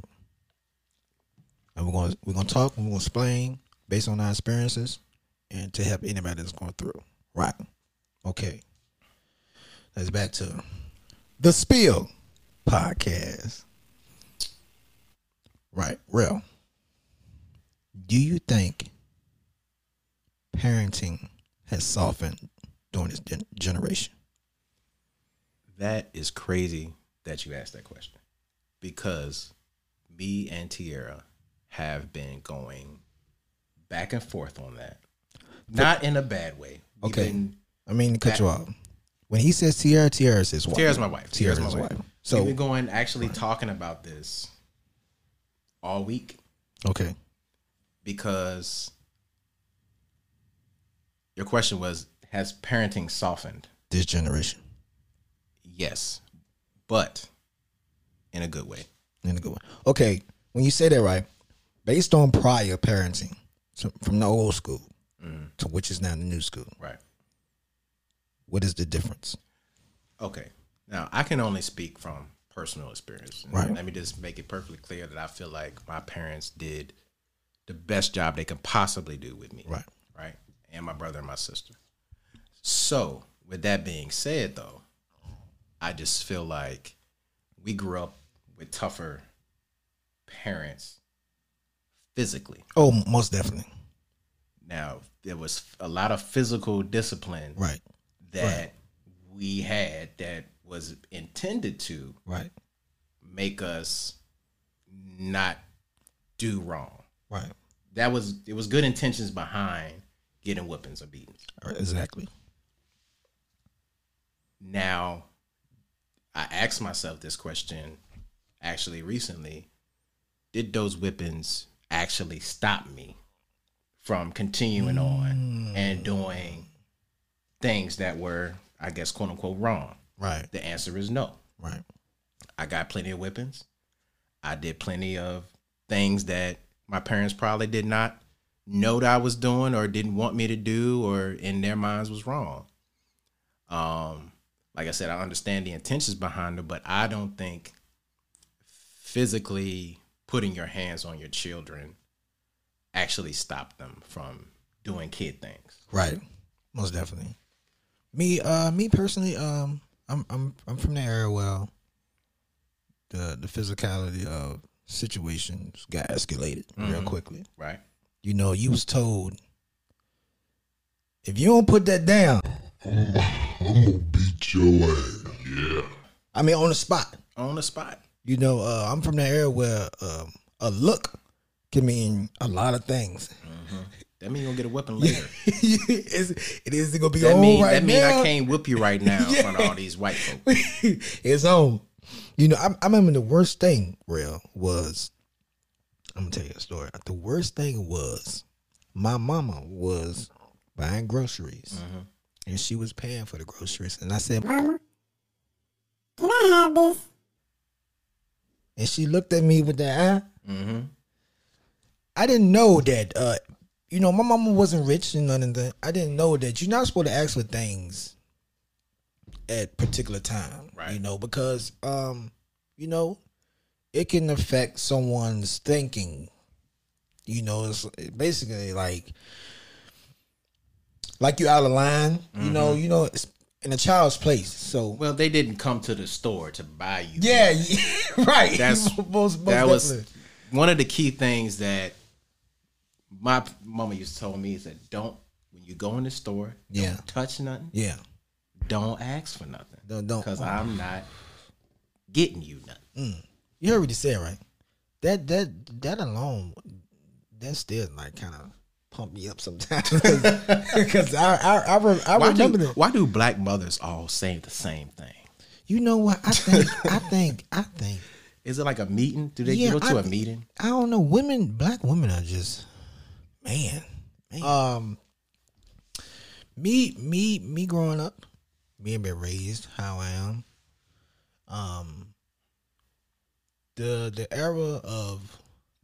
Speaker 4: and we're gonna we're gonna talk. and We're gonna explain based on our experiences, and to help anybody that's going through. Right? Okay. Let's back to the Spill Podcast. Right, real. Do you think parenting has softened during this gen- generation?
Speaker 2: That is crazy that you asked that question. Because me and Tierra have been going back and forth on that. Not in a bad way. We've
Speaker 4: Okay.
Speaker 2: been-
Speaker 4: I mean, to cut you off. When he says Tierra, Tierra is his wife.
Speaker 2: Tierra's my wife.
Speaker 4: Tierra's,
Speaker 2: Tierra's
Speaker 4: my
Speaker 2: my
Speaker 4: wife.
Speaker 2: we've been
Speaker 4: So,
Speaker 2: going actually talking about this all week
Speaker 4: okay.
Speaker 2: because your question was has parenting softened?
Speaker 4: This generation.
Speaker 2: Yes. But in a good way.
Speaker 4: In a good one. Okay. When you say that, right, based on prior parenting so from the old school to which is now the new school,
Speaker 2: Right.
Speaker 4: what is the difference?
Speaker 2: Okay. Now I can only speak from personal experience. And
Speaker 4: Right.
Speaker 2: Let me just make it perfectly clear that I feel like my parents did the best job they could possibly do with me.
Speaker 4: Right.
Speaker 2: Right. And my brother and my sister. So with that being said though, I just feel like we grew up with tougher parents physically.
Speaker 4: Oh, most definitely.
Speaker 2: Now there was a lot of physical discipline
Speaker 4: Right.
Speaker 2: that we had that was intended to
Speaker 4: Right.
Speaker 2: make us not do wrong.
Speaker 4: Right.
Speaker 2: That was it was good intentions behind getting whippings or beatings.
Speaker 4: All right, Exactly.
Speaker 2: Now I asked myself this question actually recently. Did those whippings actually stop me from continuing on and doing things that were, I guess, quote unquote wrong?
Speaker 4: Right.
Speaker 2: The answer is no.
Speaker 4: Right.
Speaker 2: I got plenty of weapons. I did plenty of things that my parents probably did not know that I was doing or didn't want me to do or in their minds was wrong. Um, like I said, I understand the intentions behind it, but I don't think physically putting your hands on your children actually stopped them from doing kid things.
Speaker 4: Right. Most definitely. Me, uh, me personally, um, I'm I'm I'm from the era where the the physicality of situations got escalated
Speaker 2: Mm-hmm.
Speaker 4: real quickly.
Speaker 2: Right?
Speaker 4: You know, you was told if you don't put that down, I'm gonna beat your ass. Yeah. I mean, on the spot.
Speaker 2: On the spot.
Speaker 4: You know, uh, I'm from the era where um, a look can mean a lot of things. *laughs*
Speaker 2: That means you're gonna get a weapon later.
Speaker 4: it's, it is gonna be
Speaker 2: That
Speaker 4: on
Speaker 2: mean
Speaker 4: right
Speaker 2: that mean
Speaker 4: now.
Speaker 2: I can't whip you right now
Speaker 4: *laughs*
Speaker 2: in front of all these white folks.
Speaker 4: it's on. You know, I, I remember the worst thing, real, was I'm gonna tell you a story. The worst thing was my mama was buying groceries
Speaker 2: Mm-hmm.
Speaker 4: and she was paying for the groceries. And I said,
Speaker 5: Mama, can I have this?
Speaker 4: and she looked at me with the eye.
Speaker 2: Mm-hmm.
Speaker 4: I didn't know that, uh, you know, my mama wasn't rich and none of that. I didn't know that you're not supposed to ask for things at particular time,
Speaker 2: Right.
Speaker 4: You know, because, um, you know, it can affect someone's thinking. You know, it's basically like like you out of line. You know,
Speaker 2: Mm-hmm.
Speaker 4: you know, it's in a child's place. So
Speaker 2: Well, they didn't come to the store to buy you.
Speaker 4: yeah, *laughs* right.
Speaker 2: That's-
Speaker 4: *laughs* most, most
Speaker 2: that was
Speaker 4: definitely.
Speaker 2: one of the key things that my mama used to tell me is that don't when you go in the store,
Speaker 4: Yeah.
Speaker 2: don't touch nothing,
Speaker 4: yeah.
Speaker 2: don't ask for nothing,
Speaker 4: Don't- don't.
Speaker 2: because I'm not getting you nothing.
Speaker 4: You heard what he said, right? That that that alone, that still like kind of pump me up sometimes *laughs* because I I I, re- I
Speaker 2: Why
Speaker 4: remember
Speaker 2: do,
Speaker 4: that.
Speaker 2: why do black mothers all say the same thing?
Speaker 4: You know what? I think I think I think
Speaker 2: Is it like a meeting? Do they
Speaker 4: Yeah,
Speaker 2: go to
Speaker 4: I-
Speaker 2: a meeting?
Speaker 4: I don't know. Women, black women are just man. Um, me, me, me growing up, being been raised how I am. Um, the the era of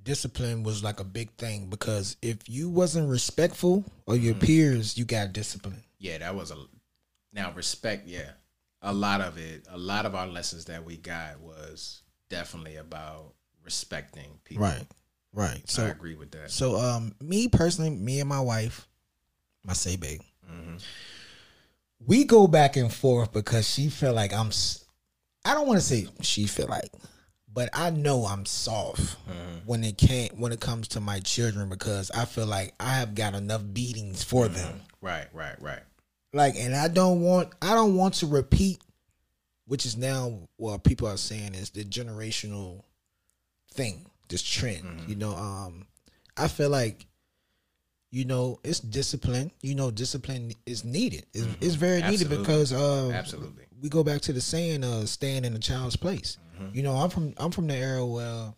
Speaker 4: discipline was like a big thing because if you wasn't respectful of
Speaker 2: Mm.
Speaker 4: your peers, you got disciplined.
Speaker 2: Yeah, that was a now respect. Yeah, a lot of it, a lot of our lessons that we got was definitely about respecting people.
Speaker 4: right. So
Speaker 2: I agree with that.
Speaker 4: So um me personally, me and my wife, my say babe, we go back and forth because she feel like I'm s- I don't want to say she feel like, but I know I'm soft when it can't when it comes to my children because I feel like I have got enough beatings for them.
Speaker 2: Right, right, right.
Speaker 4: Like and I don't want I don't want to repeat which is now what people are saying is the generational thing, this trend.
Speaker 2: Mm-hmm.
Speaker 4: You know, um, I feel like, you know, it's discipline. You know, discipline is needed. It's, it's very
Speaker 2: Mm-hmm. Absolutely.
Speaker 4: needed because uh,
Speaker 2: Absolutely.
Speaker 4: we go back to the saying, uh, "Stand in a child's place."
Speaker 2: Mm-hmm.
Speaker 4: You know, I'm from I'm from the era where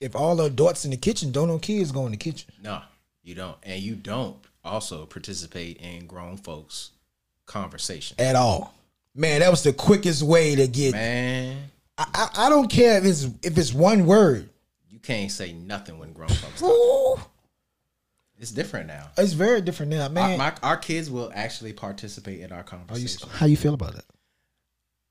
Speaker 4: if all the adults in the kitchen don't know kids go in the kitchen.
Speaker 2: No, you don't, and you don't also participate in grown folks' conversation.
Speaker 4: at all. Man, that was the quickest way to get.
Speaker 2: Man,
Speaker 4: I, I I don't care if it's if it's one word.
Speaker 2: you can't say nothing when grown folks. talk.
Speaker 4: Ooh,
Speaker 2: It's different now.
Speaker 4: it's very different now,
Speaker 2: Our,
Speaker 4: man.
Speaker 2: my, our kids will actually participate in our
Speaker 4: How you,
Speaker 2: conversation.
Speaker 4: how you feel about that?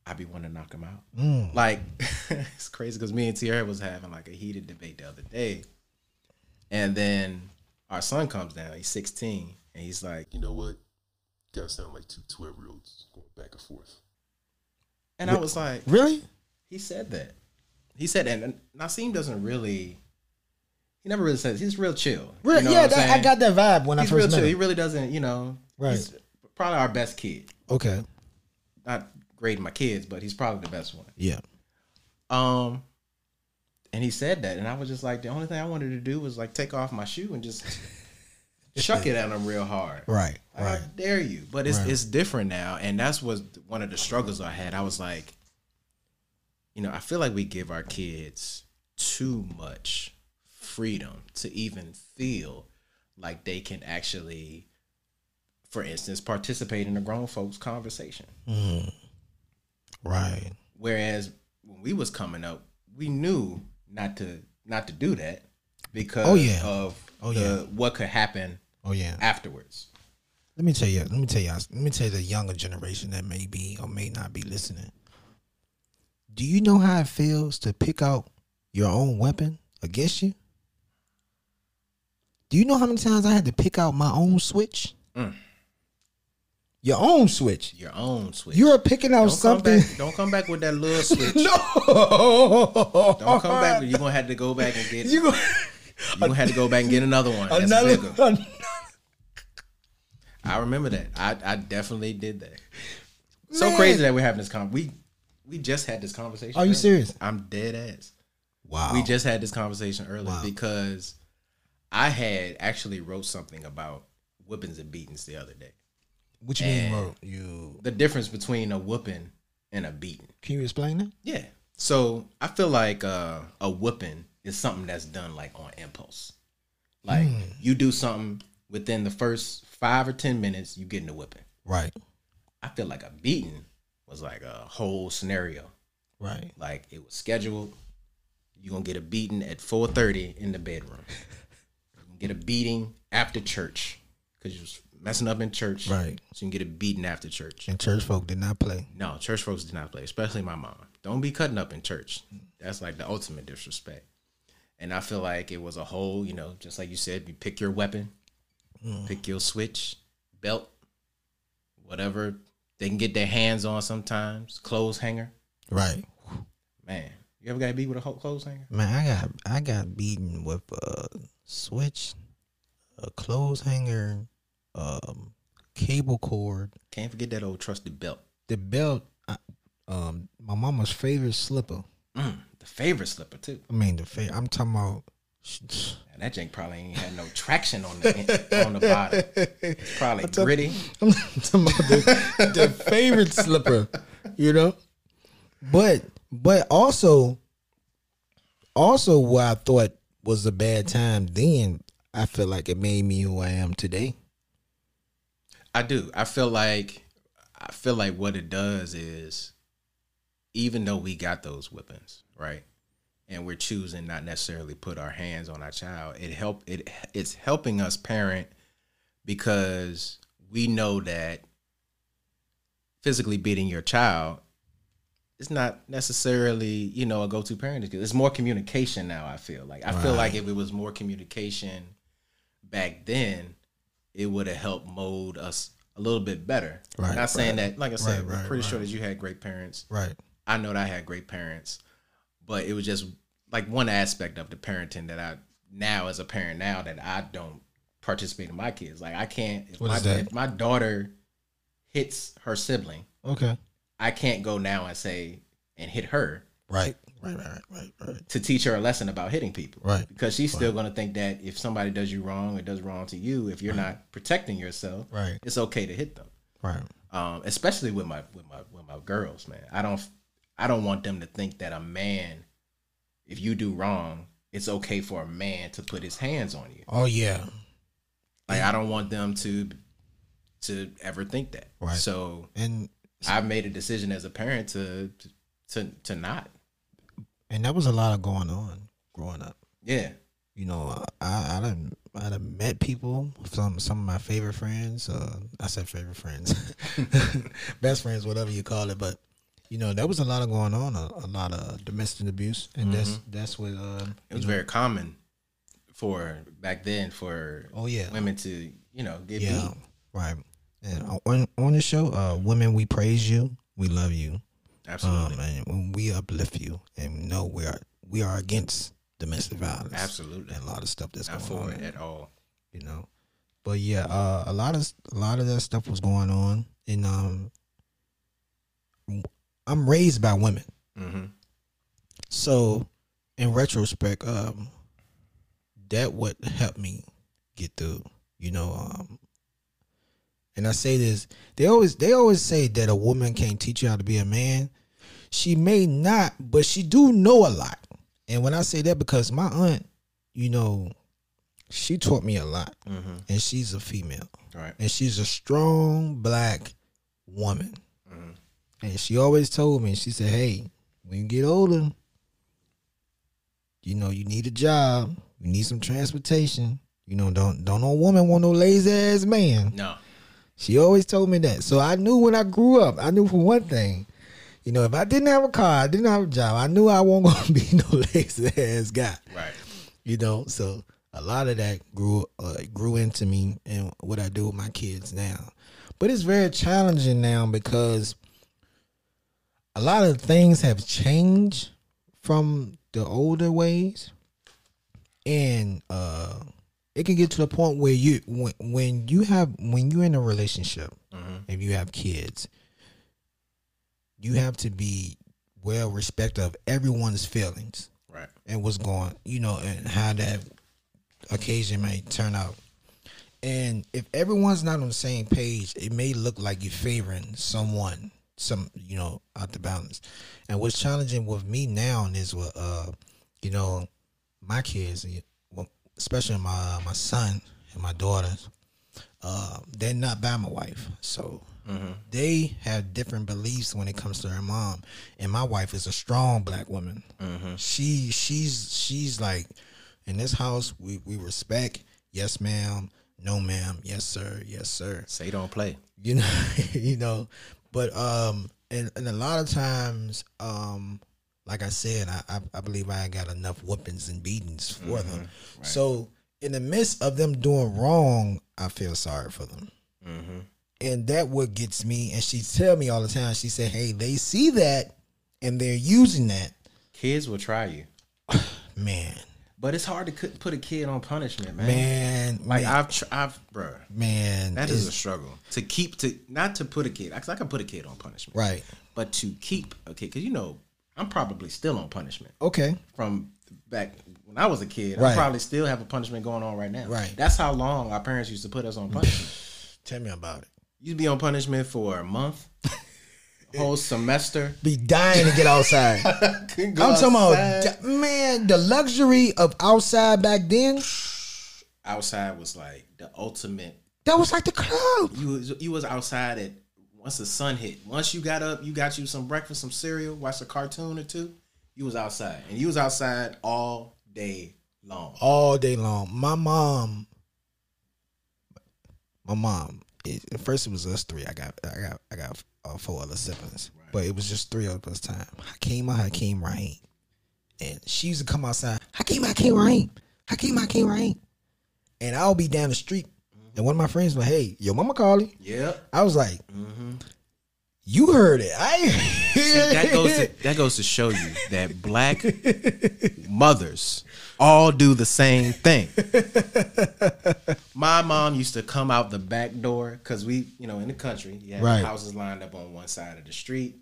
Speaker 2: I be wanting to knock them out.
Speaker 4: Mm.
Speaker 2: Like *laughs* it's crazy because me and Tierra was having like a heated debate the other day, and then our son comes down. He's 16, and he's like,
Speaker 6: You know what? Guys sound like two 12 year olds going back and forth.
Speaker 2: and I was like,
Speaker 4: Really?
Speaker 2: He said that. He said that. And Nassim doesn't really. He never really says. He's real chill.
Speaker 4: Really?
Speaker 2: You know
Speaker 4: yeah,
Speaker 2: what I'm
Speaker 4: that, I
Speaker 2: saying?
Speaker 4: got that vibe when
Speaker 2: He's
Speaker 4: I
Speaker 2: real
Speaker 4: first met
Speaker 2: chill. He
Speaker 4: him.
Speaker 2: really doesn't. You know.
Speaker 4: Right.
Speaker 2: He's probably our best kid.
Speaker 4: Okay.
Speaker 2: Not grading my kids, but he's probably the best one.
Speaker 4: Yeah.
Speaker 2: Um. And he said that, and I was just like, the only thing I wanted to do was like take off my shoe
Speaker 4: *laughs*
Speaker 2: and just chuck it at him real hard.
Speaker 4: Right.
Speaker 2: Like, How dare you? But it's it's different now, and that's what one of the struggles I had. I was like, you know, I feel like we give our kids too much freedom to even feel like they can actually, for instance, participate in a grown folks conversation.
Speaker 4: Right.
Speaker 2: Whereas when we was coming up, we knew not to not to do that because
Speaker 4: Oh, yeah.
Speaker 2: of
Speaker 4: Oh,
Speaker 2: the-
Speaker 4: yeah.
Speaker 2: what could happen
Speaker 4: Oh yeah.
Speaker 2: afterwards.
Speaker 4: Let me tell you. Let me tell you. Let me tell you the younger generation that may be or may not be listening. Do you know how it feels to pick out your own weapon against you? Do you know how many times I had to pick out my own switch?
Speaker 2: Mm.
Speaker 4: Your own switch.
Speaker 2: Your own switch.
Speaker 4: You are picking out
Speaker 2: don't
Speaker 4: something. *laughs*
Speaker 2: Come back, don't come back with that little switch.
Speaker 4: no.
Speaker 2: Don't come back. You're gonna have to go back and
Speaker 4: *laughs*
Speaker 2: get.
Speaker 4: You
Speaker 2: You
Speaker 4: go-
Speaker 2: are gonna have to go back and get another one. *laughs* That's
Speaker 4: another.
Speaker 2: bigger.
Speaker 4: an-
Speaker 2: I remember that. I, I definitely did that. So
Speaker 4: Man.
Speaker 2: crazy that we're having this con. We we just had this conversation.
Speaker 4: Are you
Speaker 2: earlier.
Speaker 4: serious?
Speaker 2: I'm dead ass.
Speaker 4: Wow.
Speaker 2: We just had this conversation earlier
Speaker 4: Wow.
Speaker 2: because I had actually wrote something about whippings and beatings the other day.
Speaker 4: what you mean,
Speaker 2: and-
Speaker 4: bro? You
Speaker 2: The difference between a whooping and a beating.
Speaker 4: can you explain that?
Speaker 2: Yeah. So I feel like uh, a whooping is something that's done like on impulse. Like
Speaker 4: Hmm.
Speaker 2: you do something within the first five or ten minutes, you getting a whipping.
Speaker 4: Right.
Speaker 2: I feel like a beating was like a whole scenario.
Speaker 4: Right.
Speaker 2: Like it was scheduled. You gonna get a beating at four thirty in the bedroom. You gonna get a beating after church because you was messing up in church.
Speaker 4: Right.
Speaker 2: So you can get a beating after church.
Speaker 4: And church folk did not play.
Speaker 2: No, church folks did not play, especially my mom. Don't be cutting up in church. That's like the ultimate disrespect. And I feel like it was a whole, you know, just like you said, you pick your weapon, pick your switch, belt, whatever they can get their hands on sometimes. Clothes hanger.
Speaker 4: Right.
Speaker 2: Man, you ever got beat with a ho- clothes hanger?
Speaker 4: Man, I got I got beaten with a switch, a clothes hanger, um, cable cord,
Speaker 2: Can't forget that old trusted belt.
Speaker 4: the belt, I, um, my mama's favorite slipper.
Speaker 2: Mm, the favorite slipper too.
Speaker 4: I mean, the favorite. I'm talking about.
Speaker 2: Now, that jank probably ain't had no traction on the on the bottom. It's *laughs* probably gritty.
Speaker 4: *laughs* I'm talking about the, the favorite slipper, you know. But but also, also what I thought was a bad time then, I feel like it made me who I am today.
Speaker 2: I do. I feel like I feel like what it does is even though we got those weapons, right? And we're choosing not necessarily put our hands on our child, it help it it's helping us parent because we know that physically beating your child is not necessarily, you know, a go-to parenting skill. It's more communication now, I feel like. I feel like if it was more communication back then, it would have helped mold us a little bit better.
Speaker 4: Right,
Speaker 2: Not saying that, like I said,
Speaker 4: Right, right,
Speaker 2: we're pretty sure
Speaker 4: right.
Speaker 2: that you had great parents.
Speaker 4: Right.
Speaker 2: I know that I had great parents, but it was just like one aspect of the parenting that I now as a parent now that I don't participate in my kids. Like I can't if,
Speaker 4: What
Speaker 2: my,
Speaker 4: is that?
Speaker 2: if my daughter hits her sibling,
Speaker 4: Okay.
Speaker 2: I can't go now and say and hit her
Speaker 4: Right. Right. Right. Right. Right.
Speaker 2: to teach her a lesson about hitting people.
Speaker 4: Right.
Speaker 2: Because she's still going to think that if somebody does you wrong or does wrong to you, if you're not protecting yourself,
Speaker 4: Right.
Speaker 2: it's okay to hit them.
Speaker 4: Right.
Speaker 2: um, especially with my with my with my girls, man. I don't I don't want them to think that a man, if you do wrong, it's okay for a man to put his hands on you.
Speaker 4: Oh yeah.
Speaker 2: Like I don't want them to to ever think that.
Speaker 4: Right.
Speaker 2: So
Speaker 4: And
Speaker 2: I made a decision as a parent to to to not.
Speaker 4: and that was a lot of going on growing up.
Speaker 2: Yeah.
Speaker 4: you know, I I done I done met people some some of my favorite friends. Uh, I said favorite friends, *laughs* best friends, whatever you call it. But you know, there was a lot of going on, a, a lot of domestic abuse, and that's that's what. Uh,
Speaker 2: It was very common for back then for
Speaker 4: oh yeah,
Speaker 2: women to, you know, get
Speaker 4: yeah,
Speaker 2: beat.
Speaker 4: right. And on on the show, uh, women, we praise you, we love you,
Speaker 2: Absolutely.
Speaker 4: um, and when we uplift you, and no, we are we are against domestic violence,
Speaker 2: Absolutely.
Speaker 4: and a lot of stuff that's
Speaker 2: Not
Speaker 4: going
Speaker 2: for
Speaker 4: on
Speaker 2: it at all.
Speaker 4: you know. But yeah, uh, a lot of a lot of that stuff was going on, and um, I'm raised by women,
Speaker 2: hmm
Speaker 4: so in retrospect, um, that would help me get through, you know. Um, and I say this, they always they always say that a woman can't teach you how to be a man. She may not, but she do know a lot. And when I say that, because my aunt, you know, she taught me a lot,
Speaker 2: Mhm.
Speaker 4: and she's a female
Speaker 2: Right.
Speaker 4: and she's a strong black woman. And she always told me, she said, "Hey, when you get older, you know you need a job, you need some transportation. You know, don't don't no woman want no lazy ass man."
Speaker 2: No.
Speaker 4: She always told me that, so I knew when I grew up, I knew for one thing. You know, if I didn't have a car, I didn't have a job, I knew I wasn't gonna *laughs* be no lazy ass guy
Speaker 2: Right.
Speaker 4: you know so a lot of that grew uh, grew into me and what i do with my kids now but it's very challenging now because a lot of things have changed from the older ways and uh it can get to the point where you when, when you have when you're in a relationship if you have kids you have to be well respectful of everyone's feelings
Speaker 2: Right.
Speaker 4: and what's going, you know, and how that occasion might turn out. And if everyone's not on the same page, it may look like you're favoring someone, some you know, out the balance. And what's challenging with me now is with uh, you know, my kids, well, especially my my son and my daughters, uh, they're not by my wife, so they have different beliefs when it comes to their mom. And my wife is a strong black woman. She she's she's like in this house we we respect. Yes, ma'am. No, ma'am. Yes, sir. Yes, sir
Speaker 2: Say don't play.
Speaker 4: you know *laughs* you know but um and, and a lot of times um like i said I, I i believe i got enough whoopings and beatings for them so in the midst of them doing wrong i feel sorry for them and that what gets me. And she tell me all the time. She said, "Hey, they see that, and they're using that."
Speaker 2: Kids will try you,
Speaker 4: Man,
Speaker 2: but it's hard to cu- put a kid on punishment, man.
Speaker 4: man,
Speaker 2: Like
Speaker 4: man,
Speaker 2: I've, tr- I've, bro,
Speaker 4: man,
Speaker 2: that is a
Speaker 4: it's-
Speaker 2: struggle to keep to not to put a kid. Cause I can put a kid on punishment,
Speaker 4: right.
Speaker 2: But to keep a kid, cause you know, I'm probably still on punishment
Speaker 4: Okay,
Speaker 2: from back when I was a kid. I
Speaker 4: Right.
Speaker 2: probably still have a punishment going on right now.
Speaker 4: Right.
Speaker 2: That's how long our parents used to put us on punishment.
Speaker 4: *laughs* tell me about it.
Speaker 2: You'd be on punishment for a month, a whole semester.
Speaker 4: Be dying to get outside.
Speaker 2: Couldn't go
Speaker 4: I'm talking
Speaker 2: outside.
Speaker 4: about man, the luxury of outside back then.
Speaker 2: outside was like the ultimate.
Speaker 4: That was like the club.
Speaker 2: You was, you was outside at once the sun hit. Once you got up, you got you some breakfast, some cereal, watched a cartoon or two. You was outside, and you was outside all day long.
Speaker 4: all day long. My mom, my mom. It, at first, it was us three. I got, I got, I got uh, four other siblings, but it was just three of us. Time Hakeem, Hakeem, Raheem, and she used to come outside. Hakeem, Hakeem, Raheem. Hakeem, Hakeem, Raheem. And I'll be down the street, and one of my friends was, "Hey, your mama calling."
Speaker 2: Yep.
Speaker 4: I was like, "You heard it. I ain't hear
Speaker 2: Mm-hmm. That goes *laughs*
Speaker 4: it."
Speaker 2: to, that goes to show you that black mothers all do the same thing. My mom used to come out the back door because we, you know, in the country, you have
Speaker 4: Right.
Speaker 2: houses lined up on one side of the street,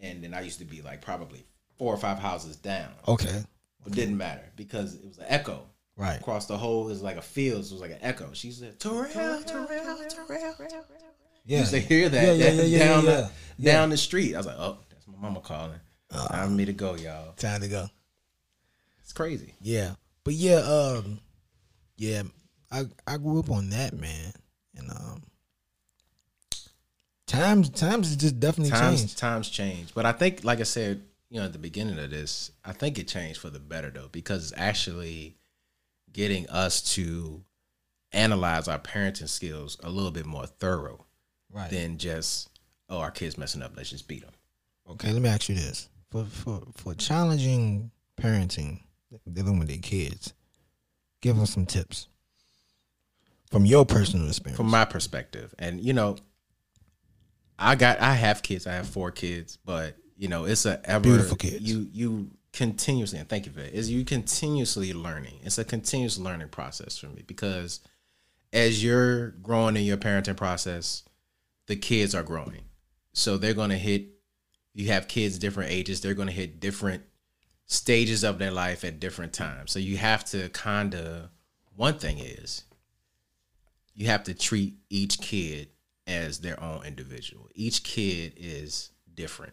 Speaker 2: and then I used to be like probably four or five houses down.
Speaker 4: *laughs* Okay,
Speaker 2: It didn't matter because it was an echo
Speaker 4: right.
Speaker 2: across the whole. It was like a field. so It was like an echo. She said, "Terrell, Terrell, Terrell."
Speaker 4: Yeah,
Speaker 2: used to hear that
Speaker 4: Yeah, yeah, yeah, yeah,
Speaker 2: down
Speaker 4: yeah, Uh,
Speaker 2: the, down the street. I was like, "Oh, that's my mama calling. Time for me to go, y'all."
Speaker 4: time to go.
Speaker 2: It's crazy.
Speaker 4: Yeah. But yeah, um yeah, I I grew up on that, man. And um times times has just definitely
Speaker 2: times
Speaker 4: changed.
Speaker 2: times change but i think like i said you know at the beginning of this i think it changed for the better though because it's actually getting us to analyze our parenting skills a little bit more thorough
Speaker 4: Right.
Speaker 2: than just oh our kids messing up let's just beat them
Speaker 4: Okay, let me ask you this. For for for challenging parenting dealing with their kids, give them some tips. From your personal experience.
Speaker 2: from my perspective and you know i got i have kids i have four kids but you know it's a ever
Speaker 4: Beautiful kids.
Speaker 2: you you continuously and thank you for that is you continuously learning it's a continuous learning process for me because as you're growing in your parenting process the kids are growing so they're going to hit you have kids different ages they're going to hit different stages of their life at different times so you have to kind of one thing is you have to treat each kid as their own individual. Each kid is different.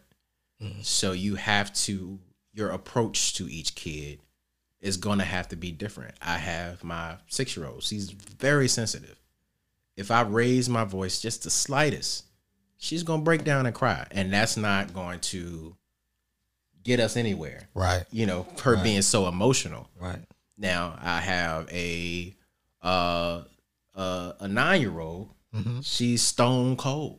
Speaker 4: Mm-hmm.
Speaker 2: So you have to your approach to each kid is going to have to be different. I have my 6-year-old. She's very sensitive. If I raise my voice just the slightest, she's going to break down and cry and that's not going to get us anywhere.
Speaker 4: right.
Speaker 2: You know, her being so emotional.
Speaker 4: Right.
Speaker 2: Now I have a uh, uh, a nine year old. She's stone cold.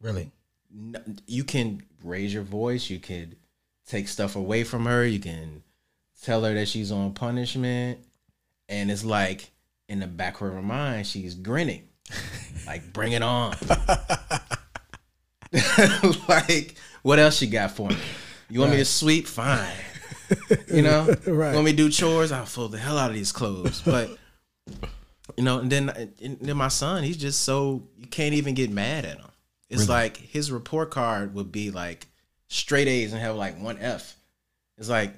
Speaker 4: Really.
Speaker 2: N- You can raise your voice. You can take stuff away from her. You can tell her that she's on punishment, and it's like in the back of her mind, she's grinning, like bring it on. *laughs* like what else you got for me? You want me to sweep? Fine. You know,
Speaker 4: Right.
Speaker 2: When we do chores, I'll fold the hell out of these clothes. But you know, and then and then my son, he's just so you can't even get mad at him. It's like his report card would be like straight A's and have like one F. It's like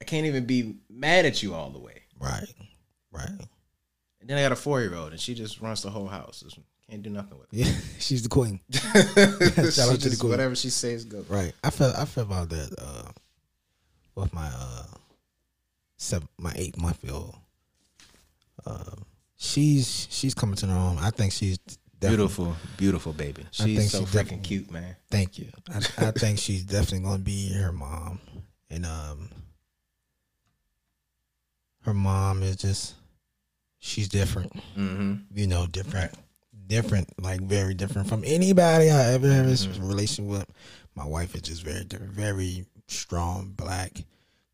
Speaker 2: I can't even be mad at you all the way.
Speaker 4: Right. Right. *laughs*
Speaker 2: And then I got a four year old, and she just runs the whole house. Just can't do nothing with it.
Speaker 4: Yeah. She's the queen. *laughs*
Speaker 2: she
Speaker 4: out to the
Speaker 2: just,
Speaker 4: queen.
Speaker 2: whatever she says goes.
Speaker 4: Right. I felt I felt about that uh with my uh seven my eight month old. Um she's she's coming to her own. I think she's definitely,
Speaker 2: Beautiful, beautiful baby.
Speaker 4: think
Speaker 2: She's so
Speaker 4: she
Speaker 2: freaking
Speaker 4: definitely-
Speaker 2: cute, man.
Speaker 4: Thank you. I, I think she's definitely gonna be her mom. And um her mom is just she's different.
Speaker 2: Mm-hmm.
Speaker 4: You know, different different, like very different from anybody I ever had this relation with. My wife is just very different, very strong, black,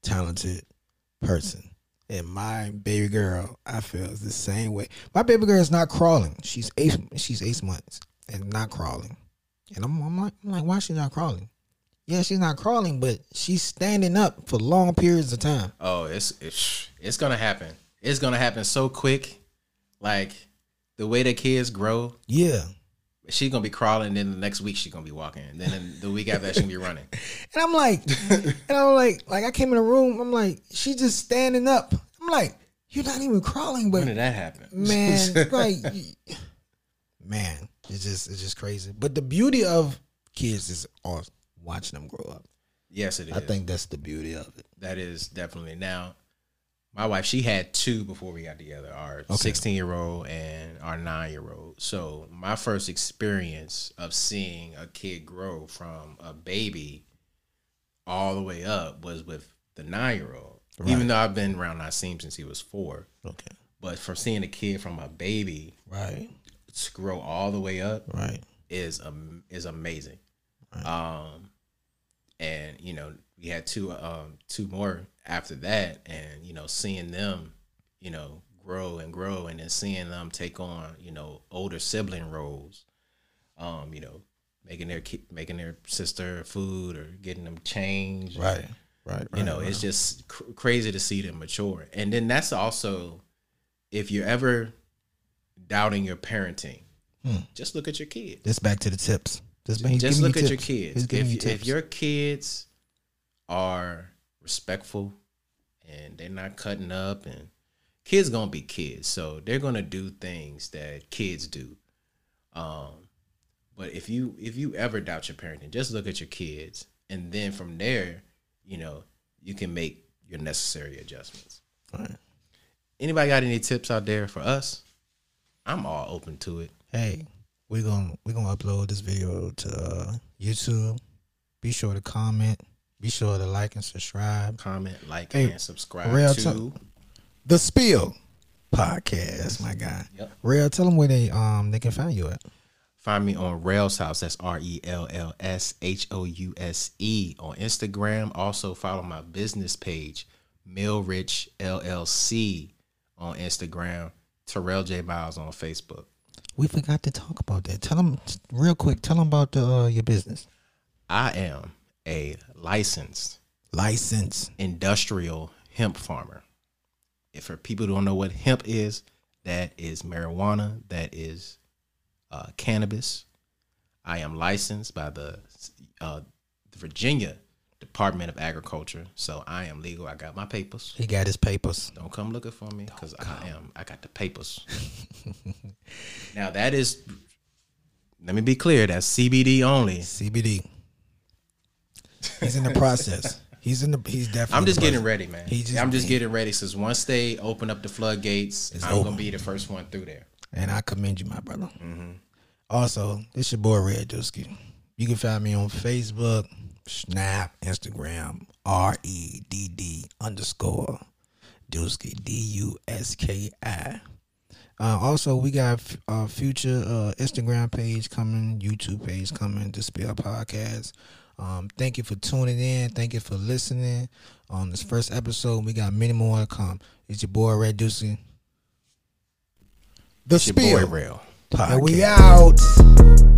Speaker 4: talented person. And my baby girl, I feel is the same way. My baby girl is not crawling. She's eight. She's eight months. and not crawling. And I'm, I'm, like, I'm like, why she's not crawling? Yeah, she's not crawling, but she's standing up for long periods of time.
Speaker 2: Oh, it's it's it's gonna happen. It's gonna happen so quick. Like the way the kids grow,
Speaker 4: Yeah.
Speaker 2: she's gonna be crawling. And then the next week she's gonna be walking. And then in the week after that she's gonna be running.
Speaker 4: And I'm like, *laughs* and I'm like, like I came in the room. I'm like, she just standing up. I'm like, you're not even crawling,
Speaker 2: When
Speaker 4: but
Speaker 2: did that happen?
Speaker 4: man,
Speaker 2: *laughs*
Speaker 4: like, y- man, it's just it's just crazy. But the beauty of kids is awesome. watching them grow up.
Speaker 2: yes, it is.
Speaker 4: I think that's the beauty of it.
Speaker 2: that is definitely now. My wife, she had two before we got together, our sixteen year old and our nine year old. So my first experience of seeing a kid grow from a baby all the way up was with the nine year old. Even though I've been around Nasim since he was four.
Speaker 4: Okay.
Speaker 2: But from seeing a kid from a baby
Speaker 4: Right.
Speaker 2: to grow all the way up
Speaker 4: Right.
Speaker 2: is um, is amazing. Um, and you know, we had two um two more after that, and you know, seeing them, you know, grow and grow, and then seeing them take on you know older sibling roles, um, you know, making their ki- making their sister food or getting them change,
Speaker 4: Right. Right.
Speaker 2: you know it's just cr- crazy to see them mature and then that's also if you're ever doubting your parenting
Speaker 4: Hmm.
Speaker 2: just look at your kid
Speaker 4: Just back to the tips. Just,
Speaker 2: just look at your
Speaker 4: He's
Speaker 2: kids
Speaker 4: giving me
Speaker 2: if,
Speaker 4: tips.
Speaker 2: if your kids are respectful and they're not cutting up and kids gonna be kids so they're gonna do things that kids do um but if you if you ever doubt your parenting just look at your kids and then from there you know you can make your necessary adjustments
Speaker 4: Right.
Speaker 2: anybody got any tips out there for us i'm all open to it
Speaker 4: hey, we're gonna we're gonna upload this video to uh, YouTube. Be sure to comment. Be sure to like and subscribe.
Speaker 2: comment like
Speaker 4: Hey,
Speaker 2: and subscribe
Speaker 4: real
Speaker 2: to
Speaker 4: talk. The Spill Podcast, my guy.
Speaker 2: Yep.
Speaker 4: Real, tell them where they um they can find you at.
Speaker 2: Find me on Rails House. That's R E L L S H O U S E on Instagram. Also follow my business page, Millrich LLC on Instagram. Terrell J Miles on Facebook.
Speaker 4: We forgot to talk about that. Tell them real quick. Tell them about the, uh, your business
Speaker 2: I am a licensed
Speaker 4: license.
Speaker 2: industrial hemp farmer. If for people who don't know what hemp is, that is marijuana, that is uh, cannabis. I am licensed by the uh, the Virginia Department of Agriculture, so I am legal. I got my papers.
Speaker 4: He got his papers.
Speaker 2: Don't come looking for me because I am. I got the papers. now that is. Let me be clear. That's CBD only.
Speaker 4: CBD. He's in the process. He's in the. He's definitely.
Speaker 2: I'm
Speaker 4: in
Speaker 2: just
Speaker 4: the
Speaker 2: getting
Speaker 4: process.
Speaker 2: ready, man.
Speaker 4: He just-
Speaker 2: I'm just getting ready since once they open up the floodgates, I'm
Speaker 4: open.
Speaker 2: gonna be the first one through there.
Speaker 4: And I commend you, my brother.
Speaker 2: Mm.
Speaker 4: Also, this your boy Red Dusky. You can find me on Facebook, Snap, Instagram, R E D D underscore Dusky, D U S K I. Uh, also, we got a future uh, Instagram page coming, YouTube page coming, The Spill Podcast. Um, thank you for tuning in. Thank you for listening. On this first episode, we got many more to come. It's your boy Red Dusky. The
Speaker 2: It's your boy
Speaker 4: Spill.
Speaker 2: Rail.
Speaker 4: And we out.